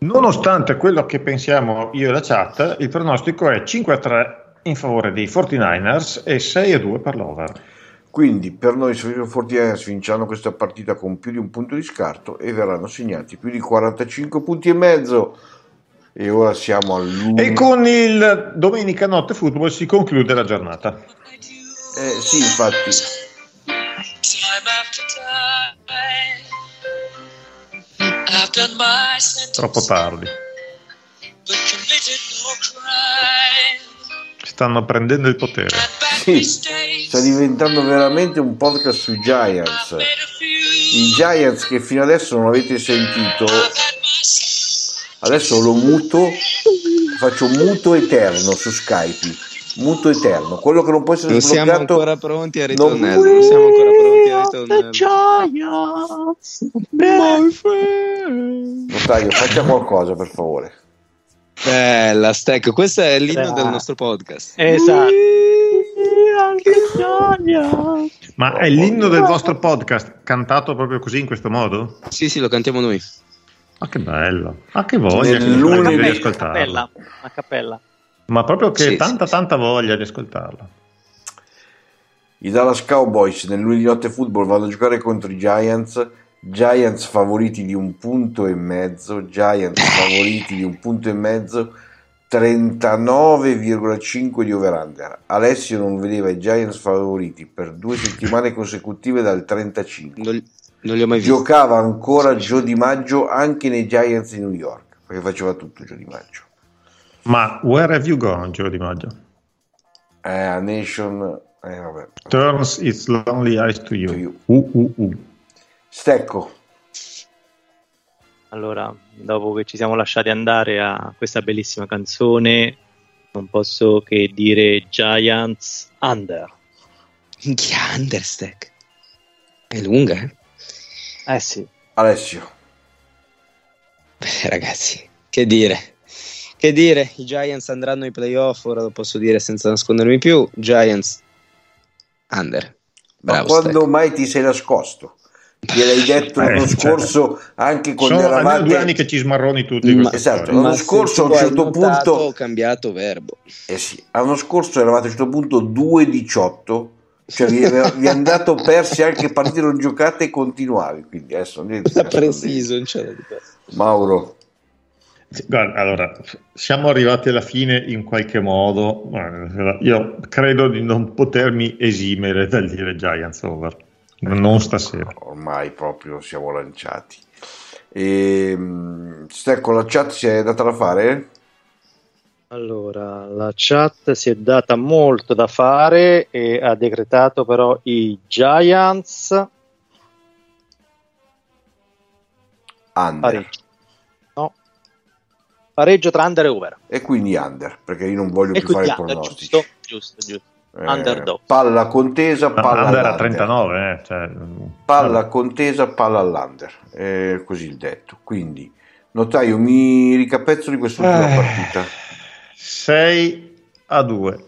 Speaker 2: Nonostante quello che pensiamo io e la chat, il pronostico è 5-3 in favore dei 49ers e 6-2 per l'over.
Speaker 1: Quindi per noi se i 49ers vinceranno questa partita con più di un punto di scarto e verranno segnati più di 45 punti e mezzo. E ora siamo all'ultimo.
Speaker 2: E con il domenica notte football si conclude la giornata.
Speaker 1: Eh, sì, infatti.
Speaker 2: Troppo tardi. Stanno prendendo il potere.
Speaker 1: Sì, sta diventando veramente un podcast sui Giants. I Giants che fino adesso non avete sentito, adesso lo muto, faccio muto eterno su Skype. Muto eterno, quello che non può essere
Speaker 6: Non siamo
Speaker 1: sbloccato.
Speaker 6: ancora pronti a
Speaker 1: non-
Speaker 6: ritornello. Non siamo ancora pronti a ritornello.
Speaker 1: Notaio, faccia qualcosa per favore.
Speaker 6: Bella, Stack. Questo è l'inno
Speaker 4: Bra-
Speaker 6: del nostro podcast.
Speaker 4: Esatto.
Speaker 2: Ma è l'inno del vostro podcast cantato proprio così in questo modo?
Speaker 6: Sì, sì, lo cantiamo noi.
Speaker 2: Ma che bello. Ma che voglia che mi
Speaker 1: Nell'unico-
Speaker 2: prende di
Speaker 4: a cappella,
Speaker 2: ascoltarlo.
Speaker 4: a cappella.
Speaker 2: Ma proprio che
Speaker 6: Sì,
Speaker 2: tanta
Speaker 6: sì,
Speaker 2: tanta voglia di ascoltarlo.
Speaker 1: I Dallas Cowboys nel lunedì notte football vanno a giocare contro i Giants. Giants favoriti di un punto e mezzo. Giants favoriti di un punto e mezzo. 39,5 di over-under. Alessio non vedeva i Giants favoriti per due settimane consecutive dal 35.
Speaker 6: Non, non li ho mai visti.
Speaker 1: Giocava ancora Gio Di Maggio anche nei Giants di New York, perché faceva tutto Gio Di Maggio.
Speaker 2: Ma where have you gone, Gio Di Maggio?
Speaker 1: Eh, a Nation... Eh, vabbè.
Speaker 2: Turns its lonely eyes to
Speaker 1: To you.
Speaker 2: you. Uh, uh, uh.
Speaker 1: Stecco.
Speaker 4: Allora, dopo che ci siamo lasciati andare a questa bellissima canzone, non posso che dire Giants Under.
Speaker 6: Minchia, Understack. È lunga, eh?
Speaker 4: Eh sì,
Speaker 1: Alessio.
Speaker 6: Beh, Eh, ragazzi, che dire. Che dire, i Giants andranno ai playoff, ora lo posso dire senza nascondermi più. Giants under.
Speaker 1: Ma
Speaker 6: Bravo,
Speaker 1: quando
Speaker 6: Stack.
Speaker 1: mai ti sei nascosto?
Speaker 2: <laughs>
Speaker 1: Gliel'hai detto
Speaker 2: Eh,
Speaker 1: l'anno
Speaker 2: cioè,
Speaker 1: scorso anche quando
Speaker 2: Sono almeno due
Speaker 1: eravate...
Speaker 2: anni che ci smarroni tutti.
Speaker 6: Ma-
Speaker 2: questa
Speaker 1: esatto,
Speaker 2: storia.
Speaker 1: l'anno
Speaker 6: se
Speaker 1: scorso a un
Speaker 6: tu hai
Speaker 1: certo
Speaker 6: notato,
Speaker 1: punto-
Speaker 6: ho cambiato verbo.
Speaker 1: Eh sì, l'anno scorso eravate a un certo punto 2-18, cioè vi, vi hanno
Speaker 6: <laughs>
Speaker 1: dato persi anche partite non giocate e continuavi, quindi adesso niente.
Speaker 6: La
Speaker 1: adesso niente.
Speaker 6: precision c'era di questo.
Speaker 1: Mauro,
Speaker 2: Sì, Guarda, allora, siamo arrivati alla fine in qualche modo. Eh, Io credo di non potermi esimere dal dire Giants over. Non stasera.
Speaker 1: ormai proprio siamo lanciati. Ehm, Stecco, la chat si è data da fare?
Speaker 4: Allora, la chat si è data molto da fare e ha decretato però i Giants
Speaker 1: Under.
Speaker 4: pareggio. No. Pareggio tra under e over.
Speaker 1: E quindi under, perché io non voglio
Speaker 4: E
Speaker 1: più
Speaker 4: quindi
Speaker 1: fare
Speaker 4: under,
Speaker 1: pronostici.
Speaker 4: giusto, giusto, giusto.
Speaker 1: Eh,
Speaker 4: Underdog.
Speaker 1: palla contesa, palla
Speaker 2: Under a
Speaker 1: all'under.
Speaker 2: 39, eh, cioè,
Speaker 1: palla contesa, palla all'under, Eh, così il detto.
Speaker 2: Eh.
Speaker 1: Quindi, notaio, mi ricapezzo di quest'ultima partita.
Speaker 2: 6 a 2.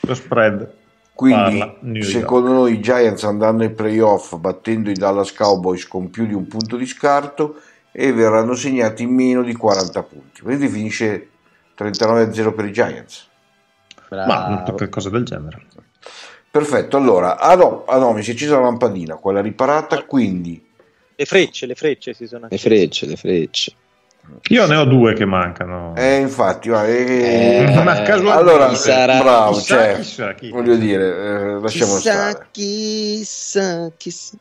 Speaker 2: Lo spread.
Speaker 1: Quindi,
Speaker 2: Parla, New York.
Speaker 1: secondo noi, i Giants andranno ai playoff battendo i Dallas Cowboys con più di un punto di scarto e verranno segnati meno di 40 punti. Quindi finisce 39-0 per i Giants.
Speaker 2: Ma
Speaker 6: Bravo.
Speaker 2: tutte cose del genere.
Speaker 1: Perfetto, allora, ah no, ah no, mi si è accesa la lampadina, quella riparata, quindi
Speaker 4: Le frecce, le frecce si sono
Speaker 6: Le frecce, le frecce.
Speaker 2: Io ne ho due che mancano.
Speaker 1: eh, infatti, ma- eh,
Speaker 6: Eh,
Speaker 2: ma casualmente
Speaker 1: allora,
Speaker 6: chi sarà?
Speaker 1: bravo,
Speaker 2: Chissà
Speaker 1: cioè,
Speaker 2: chi sarà chi.
Speaker 1: voglio dire, eh, lasciamo
Speaker 6: Chissà,
Speaker 1: stare.
Speaker 6: chissà, chissà,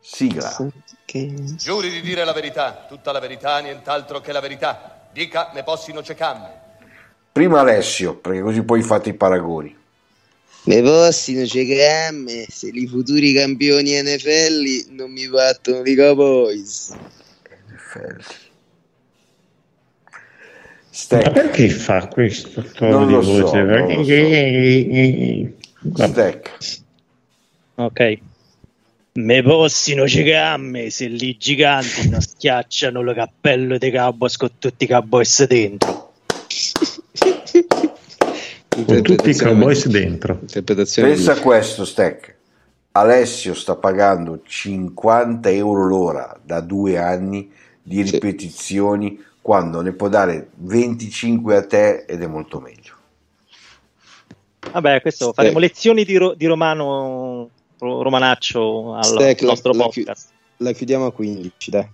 Speaker 1: Sigla.
Speaker 6: chissà, chissà.
Speaker 5: Giuri di dire la verità, tutta la verità, nient'altro che la verità. Dica ne possino cecamme.
Speaker 1: Prima Alessio, perché così poi fate i paragoni.
Speaker 6: Le possino CGM, se i futuri campioni NFL non mi battono i Cowboys.
Speaker 2: Ma
Speaker 1: Stack,
Speaker 2: perché fa questo tono
Speaker 1: Non
Speaker 2: di
Speaker 1: lo
Speaker 2: voce?
Speaker 1: so, non lo
Speaker 2: Perché-
Speaker 1: so.
Speaker 2: eh, eh, eh.
Speaker 1: stack.
Speaker 4: Ok. Me possino cigamme se lì giganti non schiacciano lo cappello dei cowboys con tutti i cowboys dentro.
Speaker 2: Con tutti i cowboys dentro.
Speaker 6: Interpretazione
Speaker 1: Pensa a
Speaker 6: di-
Speaker 1: questo, Stack. Alessio sta pagando 50 euro l'ora da due anni di
Speaker 6: Sì.
Speaker 1: ripetizioni quando ne può dare 25 a te ed è molto meglio.
Speaker 4: Vabbè, questo
Speaker 6: Stack.
Speaker 4: faremo lezioni di, ro- di romano ro- romanaccio al
Speaker 6: Stack, la-
Speaker 4: nostro
Speaker 6: la chi-
Speaker 4: podcast.
Speaker 6: La chiudiamo a 15, dai.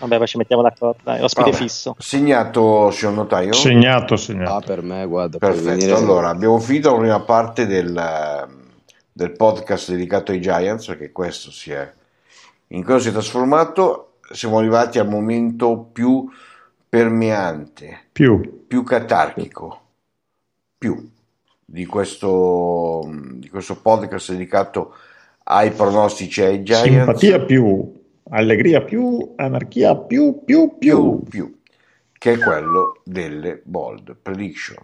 Speaker 4: Vabbè, poi ci mettiamo d'accordo, dai, ospite
Speaker 1: Vabbè.
Speaker 4: fisso.
Speaker 1: Segnato, signor notaio?
Speaker 2: Segnato,
Speaker 6: Ah,
Speaker 2: segnato.
Speaker 6: per me, guarda, puoi venire-
Speaker 1: Perfetto, allora abbiamo finito la prima parte del, del podcast dedicato ai Giants, perché questo si è in cosa si è trasformato. Siamo arrivati al momento più permeante,
Speaker 2: Più.
Speaker 1: più catarchico, più di questo, di questo podcast dedicato ai pronostici ai Giants.
Speaker 2: Simpatia più. Allegria più. Anarchia più, più,
Speaker 1: più,
Speaker 2: più.
Speaker 1: più, che è quello delle bold prediction.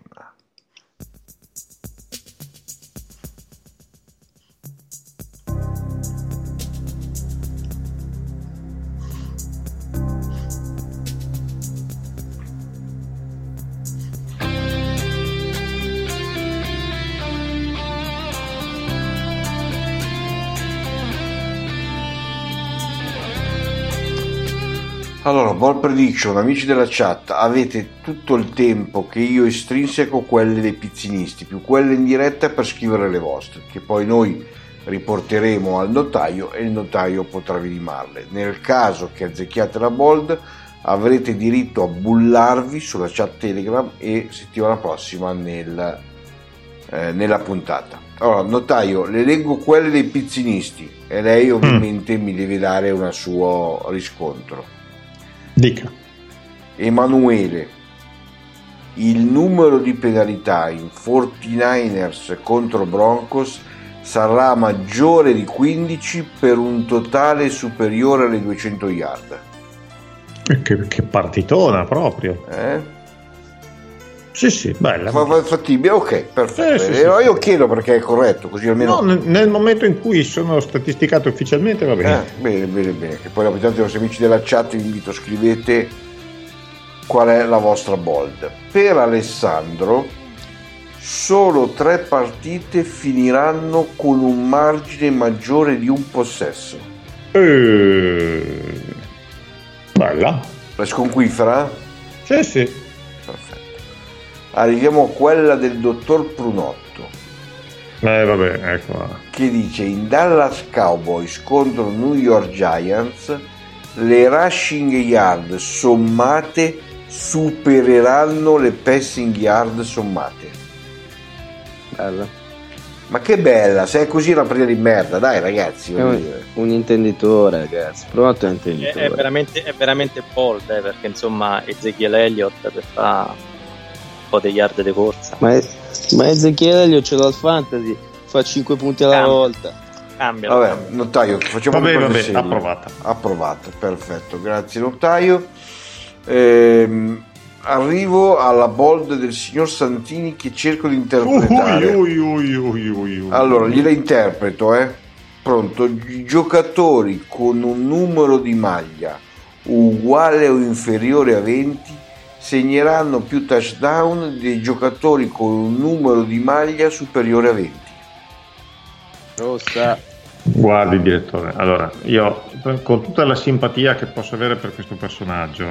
Speaker 1: Allora, ball prediction, amici della chat, avete tutto il tempo che io estrinseco quelle dei pizzinisti, più quelle in diretta per scrivere le vostre, che poi noi riporteremo al notaio e il notaio potrà vidimarle. Nel caso che azzecchiate la bold, avrete diritto a bullarvi sulla chat Telegram e settimana prossima nel, eh, nella puntata. Allora, notaio, le leggo quelle dei pizzinisti e lei ovviamente mi deve dare un suo riscontro.
Speaker 2: Dica.
Speaker 1: Emanuele, il numero di penalità in 49ers contro Broncos sarà maggiore di 15 per un totale superiore alle 200 yard.
Speaker 2: Che, che partitona proprio.
Speaker 1: Eh?
Speaker 2: Sì, sì, bella.
Speaker 1: Fa- fa- fattibile? Ok, perfetto.
Speaker 2: Sì, sì,
Speaker 1: Eh,
Speaker 2: sì.
Speaker 1: no, io chiedo perché è corretto, così almeno...
Speaker 2: No, nel nel momento in cui sono statisticato ufficialmente va bene.
Speaker 1: Eh, bene, bene, bene. Che poi rappresentate i vostri amici della chat, vi invito, scrivete qual è la vostra bold. Per Alessandro, solo tre partite finiranno con un margine maggiore di un possesso.
Speaker 2: Eh, Bella.
Speaker 1: La sconquifera?
Speaker 2: Sì, Eh, sì.
Speaker 1: Perfetto. Arriviamo a quella del dottor Prunotto.
Speaker 2: Eh, vabbè, ecco.
Speaker 1: che dice in Dallas Cowboys contro New York Giants le rushing yard sommate supereranno le passing yard sommate.
Speaker 6: Bella.
Speaker 1: Ma che bella, se è così è una presa di merda, dai ragazzi, voglio
Speaker 6: Eh,
Speaker 1: dire.
Speaker 6: Un intenditore, ragazzi. Pronto, è un
Speaker 4: È,
Speaker 6: intenditore.
Speaker 4: è veramente, è veramente bold, eh, perché insomma Ezekiel Elliott per fa un po' degli yard di corsa.
Speaker 6: Ma, ma Ezechiele io ce l'ho al fantasy. Fa 5 punti alla
Speaker 4: Ah.
Speaker 6: volta.
Speaker 4: Cambia.
Speaker 1: Vabbè, notaio, facciamo
Speaker 2: Vabbè,
Speaker 1: le cose
Speaker 2: vabbè,
Speaker 1: serie.
Speaker 2: approvata.
Speaker 1: Approvato, perfetto, grazie notaio. Ehm, arrivo alla bold del signor Santini che cerco di interpretare.
Speaker 2: Ui, ui, ui, ui, ui.
Speaker 1: Allora, gliela interpreto, eh. Pronto, i giocatori con un numero di maglia uguale o inferiore a 20 segneranno più touchdown dei giocatori con un numero di maglia superiore a 20.
Speaker 6: Rossa.
Speaker 2: Guardi direttore, allora io con tutta la simpatia che posso avere per questo personaggio,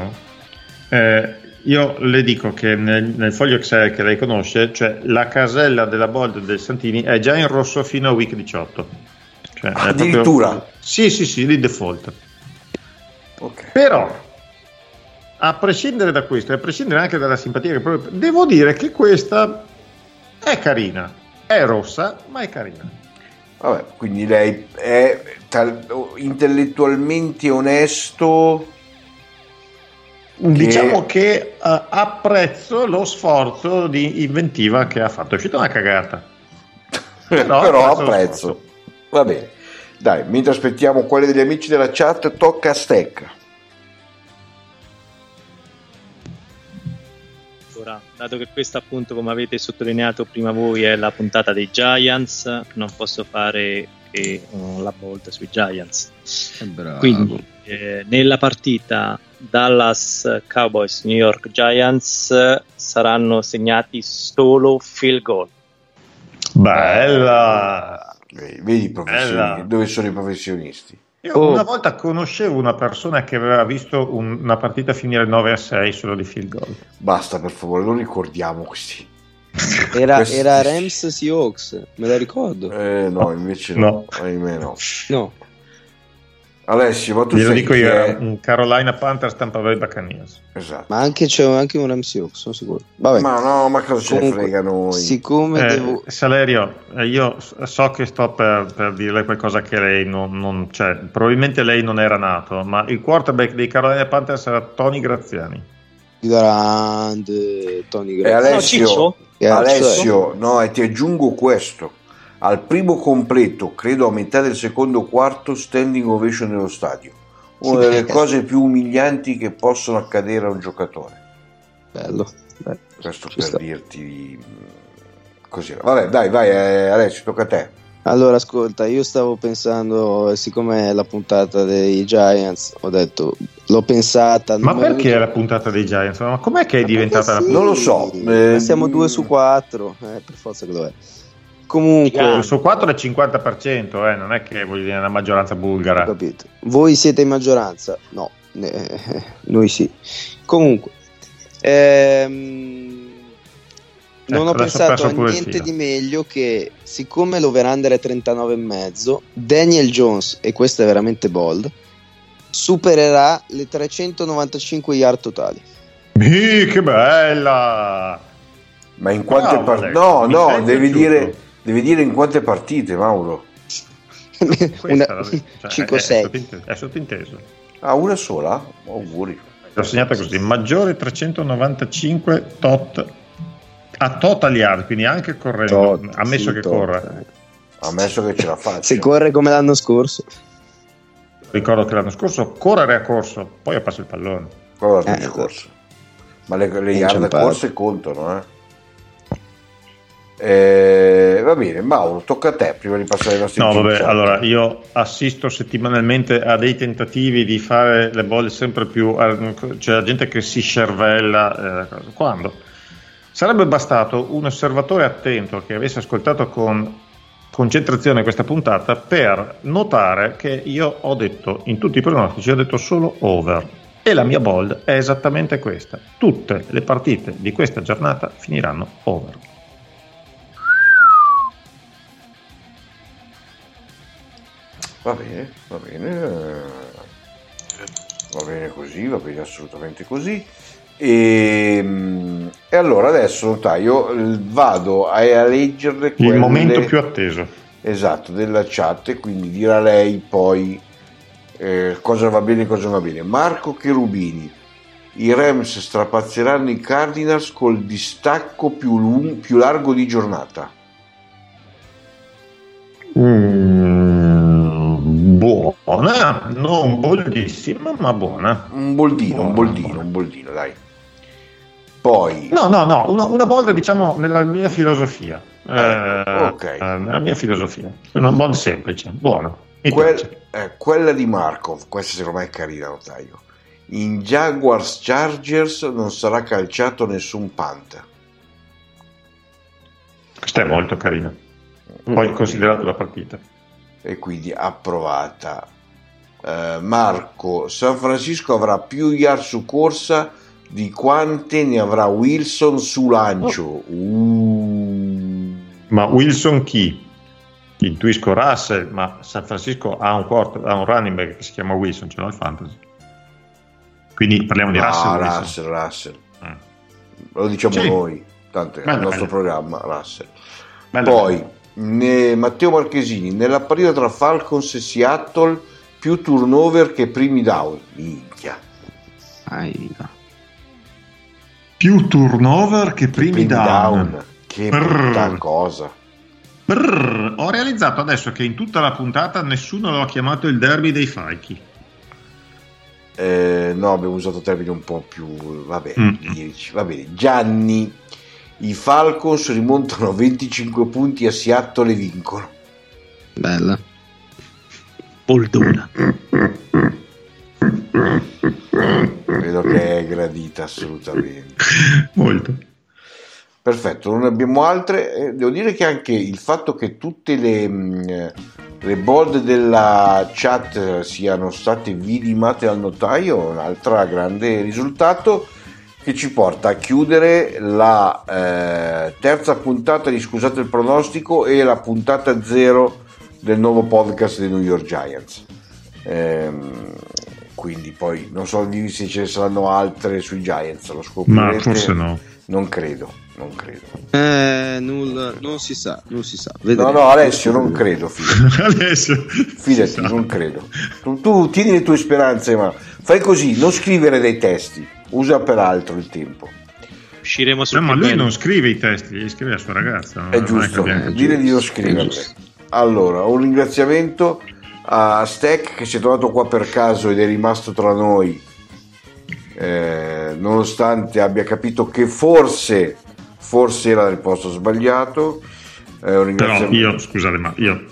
Speaker 2: eh, io le dico che nel, nel foglio Excel che lei conosce, cioè la casella della bold del Santini è già in rosso fino a week 18. Cioè, è proprio-
Speaker 1: Addirittura?
Speaker 2: Sì, sì, sì, di default.
Speaker 1: Ok.
Speaker 2: Però, a prescindere da questo, e a prescindere anche dalla simpatia che provo, devo dire che questa è carina. È rossa, ma è carina.
Speaker 1: Vabbè, quindi lei è tal- intellettualmente onesto.
Speaker 2: Diciamo che eh, apprezzo lo sforzo di inventiva che ha fatto. È uscita una cagata.
Speaker 1: <laughs> però,
Speaker 2: apprezzo lo
Speaker 1: apprezzo.
Speaker 2: sforzo.
Speaker 1: Va bene. Dai, mentre aspettiamo quelli degli amici della chat, tocca a Stecca.
Speaker 4: Ora, dato che questa appunto, come avete sottolineato prima voi, è la puntata dei Giants, non posso fare che eh, la volta sui Giants.
Speaker 7: Bravo.
Speaker 4: Quindi, eh, nella partita Dallas Cowboys New York Giants eh, saranno segnati solo field goal.
Speaker 2: Bella!
Speaker 1: Eh, Vedi i
Speaker 2: Bella.
Speaker 1: professionisti, dove sono i professionisti?
Speaker 2: Io
Speaker 6: Oh.
Speaker 2: una volta conoscevo una persona che aveva visto un- una partita finire 9 a 6 solo di field goal.
Speaker 1: Basta, per favore, non ricordiamo questi.
Speaker 6: Era,
Speaker 1: Questo-
Speaker 6: era Rams Seahawks, me lo ricordo.
Speaker 1: Eh, no, invece no.
Speaker 2: No.
Speaker 1: ahimè no.
Speaker 6: No,
Speaker 1: Alessio, ma tu
Speaker 2: Glielo
Speaker 1: sai
Speaker 2: dico
Speaker 1: chi
Speaker 2: io, Mm.
Speaker 1: è?
Speaker 2: era un Carolina Panthers Tampa Bay Buccaneers.
Speaker 1: Esatto.
Speaker 6: ma anche c'è anche un Rams Seahawks, sono sicuro. Vabbè.
Speaker 1: Ma no, ma cosa ce ne
Speaker 6: Comunque,
Speaker 1: frega noi?
Speaker 6: Siccome
Speaker 2: Eh,
Speaker 6: devo...
Speaker 2: Salerio, eh, io s- so che sto per, per dirle qualcosa che lei non, non- cioè, probabilmente lei non era nato, ma il quarterback dei Carolina Panthers era Tony Graziani.
Speaker 6: Grande Tony
Speaker 1: E
Speaker 6: Graziani.
Speaker 1: Alessio,
Speaker 4: Ciccio?
Speaker 6: Grazie.
Speaker 1: Alessio, no, e ti aggiungo questo. Al primo completo, credo a metà del secondo quarto, standing ovation nello stadio. Una
Speaker 6: Sì,
Speaker 1: delle
Speaker 6: perché-
Speaker 1: cose più umilianti che possono accadere a un giocatore.
Speaker 6: Bello. bello.
Speaker 1: Questo
Speaker 6: Ci
Speaker 1: per
Speaker 6: sta.
Speaker 1: dirti mh, così. Vabbè, dai, vai eh, Alessio, tocca a te.
Speaker 6: Allora, ascolta, io stavo pensando, eh, siccome è la puntata dei Giants, ho detto, l'ho pensata.
Speaker 2: Ma
Speaker 6: non me lo
Speaker 2: perché
Speaker 6: ricordo.
Speaker 2: era puntata dei Giants? Ma com'è che è
Speaker 6: Ma
Speaker 2: diventata
Speaker 6: perché
Speaker 2: la
Speaker 6: sì,
Speaker 1: Non lo so, eh,
Speaker 6: siamo due su quattro, eh, per forza che lo è. Comunque,
Speaker 2: Su 4 è il 50%, eh, non è che voglio dire una maggioranza
Speaker 6: ho
Speaker 2: bulgara.
Speaker 6: capito. Voi siete in maggioranza? No, eh, <laughs> noi sì. Comunque, ehm, non
Speaker 2: Ecco,
Speaker 6: ho
Speaker 2: adesso ho
Speaker 6: pensato
Speaker 2: perso
Speaker 6: a
Speaker 2: pure il
Speaker 6: niente
Speaker 2: filo.
Speaker 6: di meglio che, siccome l'over-under è 39,5, Daniel Jones, e questo è veramente bold, supererà le 395 yard totali.
Speaker 2: Ih, che bella!
Speaker 1: Ma in quante
Speaker 2: Bravo,
Speaker 1: partite?
Speaker 2: Alessio,
Speaker 1: No,
Speaker 2: mi
Speaker 1: no,
Speaker 2: sei
Speaker 1: devi
Speaker 2: piaciuto.
Speaker 1: dire, devi dire in quante partite, Mauro.
Speaker 6: <laughs> Una-
Speaker 2: Questa, cioè, è-
Speaker 6: 5-6.
Speaker 2: È, sottinteso, è sottinteso.
Speaker 1: Ah, una sola? Auguri.
Speaker 2: L'ho segnata così, maggiore 395 tot a total yard, quindi anche correndo,
Speaker 6: Tot,
Speaker 2: ammesso
Speaker 6: sì,
Speaker 2: che
Speaker 6: tot.
Speaker 2: corra.
Speaker 1: Ammesso che ce la faccia.
Speaker 6: Se corre come l'anno scorso,
Speaker 2: Ricordo che l'anno scorso correre a corso, poi ho passato il pallone.
Speaker 1: Quello è l'anno
Speaker 6: Eh,
Speaker 1: scorso. Ma le, le
Speaker 6: È
Speaker 1: yard
Speaker 6: inciampato.
Speaker 1: corse contano, eh. Eh, va bene, Mauro, tocca a te prima di passare ai nostri
Speaker 2: No, vabbè,
Speaker 1: giudici.
Speaker 2: allora io assisto settimanalmente a dei tentativi di fare le bolle sempre più, c'è la gente che si scervella. eh, cosa. quando? Sarebbe bastato un osservatore attento che avesse ascoltato con concentrazione questa puntata per notare che io ho detto in tutti i pronostici, ho detto solo over. E la mia bold è esattamente questa. Tutte le partite di questa giornata finiranno over.
Speaker 1: Va bene, va bene. eh, Va bene così, va bene assolutamente così. E, mm, e allora adesso, notaio, l- vado a, a leggerle
Speaker 2: Il
Speaker 1: quelle-
Speaker 2: momento più atteso.
Speaker 1: Esatto, della chat e quindi dirà lei poi eh, cosa va bene e cosa non va bene. Marco Cherubini, i Rams strapazzeranno i Cardinals col distacco più, lung- più largo di giornata.
Speaker 2: Mm, buona, non bollissima, ma buona.
Speaker 1: Un boldino, un boldino, un boldino, dai. Poi,
Speaker 2: No, no, no, una, una volta diciamo nella mia filosofia. Eh,
Speaker 1: ok.
Speaker 2: eh, nella mia filosofia. Una buona semplice, buona. Mi
Speaker 1: quel-
Speaker 2: piace.
Speaker 1: eh, quella di Markov, questa secondo me è carina, notaio. in Jaguars Chargers non sarà calciato nessun punt.
Speaker 2: Questa è molto carina. Poi considerato la partita.
Speaker 1: e quindi approvata. Eh, Marco, San Francisco avrà più yard su corsa di quante ne avrà Wilson su
Speaker 2: Oh.
Speaker 1: lancio. Uh.
Speaker 2: Ma Wilson chi? Intuisco Russell, ma San Francisco ha un, quarter- ha un running back che si chiama Wilson, ce l'ha il fantasy. Quindi parliamo di
Speaker 1: Ah,
Speaker 2: Russell. o Wilson?
Speaker 1: Russell, Russell.
Speaker 2: Mm.
Speaker 1: Lo diciamo
Speaker 2: Sì.
Speaker 1: noi, tanto è il
Speaker 2: Bello,
Speaker 1: nostro
Speaker 2: bello.
Speaker 1: programma, Russell.
Speaker 2: Bello.
Speaker 1: Poi ne- Matteo Marchesini, nella partita tra Falcons e Seattle, più turnover che primi down. Minchia.
Speaker 6: Ai, no.
Speaker 2: più turnover che primi,
Speaker 1: Primi
Speaker 2: down.
Speaker 1: down. Che
Speaker 2: Brrr.
Speaker 1: brutta cosa.
Speaker 2: Brrr, ho realizzato adesso che in tutta la puntata nessuno lo ha chiamato il derby dei falchi.
Speaker 1: Eh, no, abbiamo usato termini un po' più. Va bene,
Speaker 2: Mm.
Speaker 1: lirici. va bene. Gianni, i Falcons rimontano <laughs> 25 punti a Seattle e vincono.
Speaker 6: Bella.
Speaker 4: Boldona.
Speaker 1: Vedo che è gradita assolutamente.
Speaker 2: <laughs> Molto. <laughs>
Speaker 1: Perfetto, non abbiamo altre. Eh, devo dire che anche il fatto che tutte le, mh, eh, le board della chat eh, siano state vidimate al notaio è un altro grande risultato che ci porta a chiudere la eh, terza puntata di Scusate il pronostico e la puntata zero del nuovo podcast dei New York Giants. Ehm, quindi poi non so dirvi se ce ne saranno altre sui Giants, lo scoprirete.
Speaker 2: Ma forse no.
Speaker 1: Non credo, non credo.
Speaker 6: Eh, nulla, non si sa, non si sa.
Speaker 1: No,
Speaker 6: Vedremo.
Speaker 1: no, Alessio, non credo, fidati,
Speaker 2: Adesso.
Speaker 1: fidati, non credo. Tu, tu tieni le tue speranze, ma fai così, non scrivere dei testi, usa per altro il tempo.
Speaker 4: Usciremo su
Speaker 2: No, Eh, ma
Speaker 4: che
Speaker 2: lui
Speaker 4: bello.
Speaker 2: non scrive i testi, li scrive la sua ragazza.
Speaker 1: È giusto,
Speaker 6: cambiato.
Speaker 1: dire di non
Speaker 6: È
Speaker 1: scriverle.
Speaker 6: giusto.
Speaker 1: Allora, un ringraziamento a Stack che si è trovato qua per caso ed è rimasto tra noi, eh, nonostante abbia capito che forse, forse era nel posto sbagliato. Eh, un
Speaker 2: Però
Speaker 1: ringraziamento-
Speaker 2: io, scusate, ma io...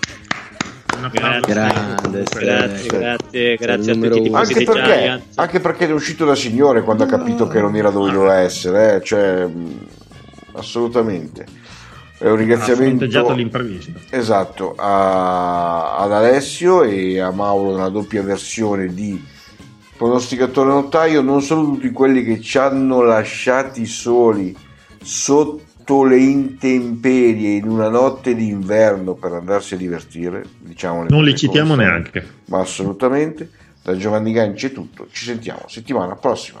Speaker 2: Un applauso.
Speaker 6: Grande,
Speaker 4: Grazie,
Speaker 6: Stefano.
Speaker 4: grazie,
Speaker 6: Sei
Speaker 4: grazie a
Speaker 6: il numero
Speaker 4: tutti i
Speaker 6: uno.
Speaker 4: tifosi
Speaker 1: anche
Speaker 4: dei
Speaker 1: perché,
Speaker 4: Giants.
Speaker 1: anche perché è uscito da signore quando ha capito che non era dove doveva essere, eh, cioè, mh, assolutamente. È un
Speaker 2: Ha fronteggiato
Speaker 1: ringraziamento
Speaker 2: l'imprevisto.
Speaker 1: esatto, a- ad Alessio e a Mauro nella doppia versione di pronosticatore notaio. Non sono tutti quelli che ci hanno lasciati soli sotto le intemperie in una notte d'inverno per andarsi a divertire. Diciamo le
Speaker 2: Non li
Speaker 1: cose come
Speaker 2: citiamo
Speaker 1: sono
Speaker 2: neanche.
Speaker 1: ma assolutamente. Da Giovanni Ganci è tutto, ci sentiamo settimana prossima.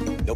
Speaker 7: No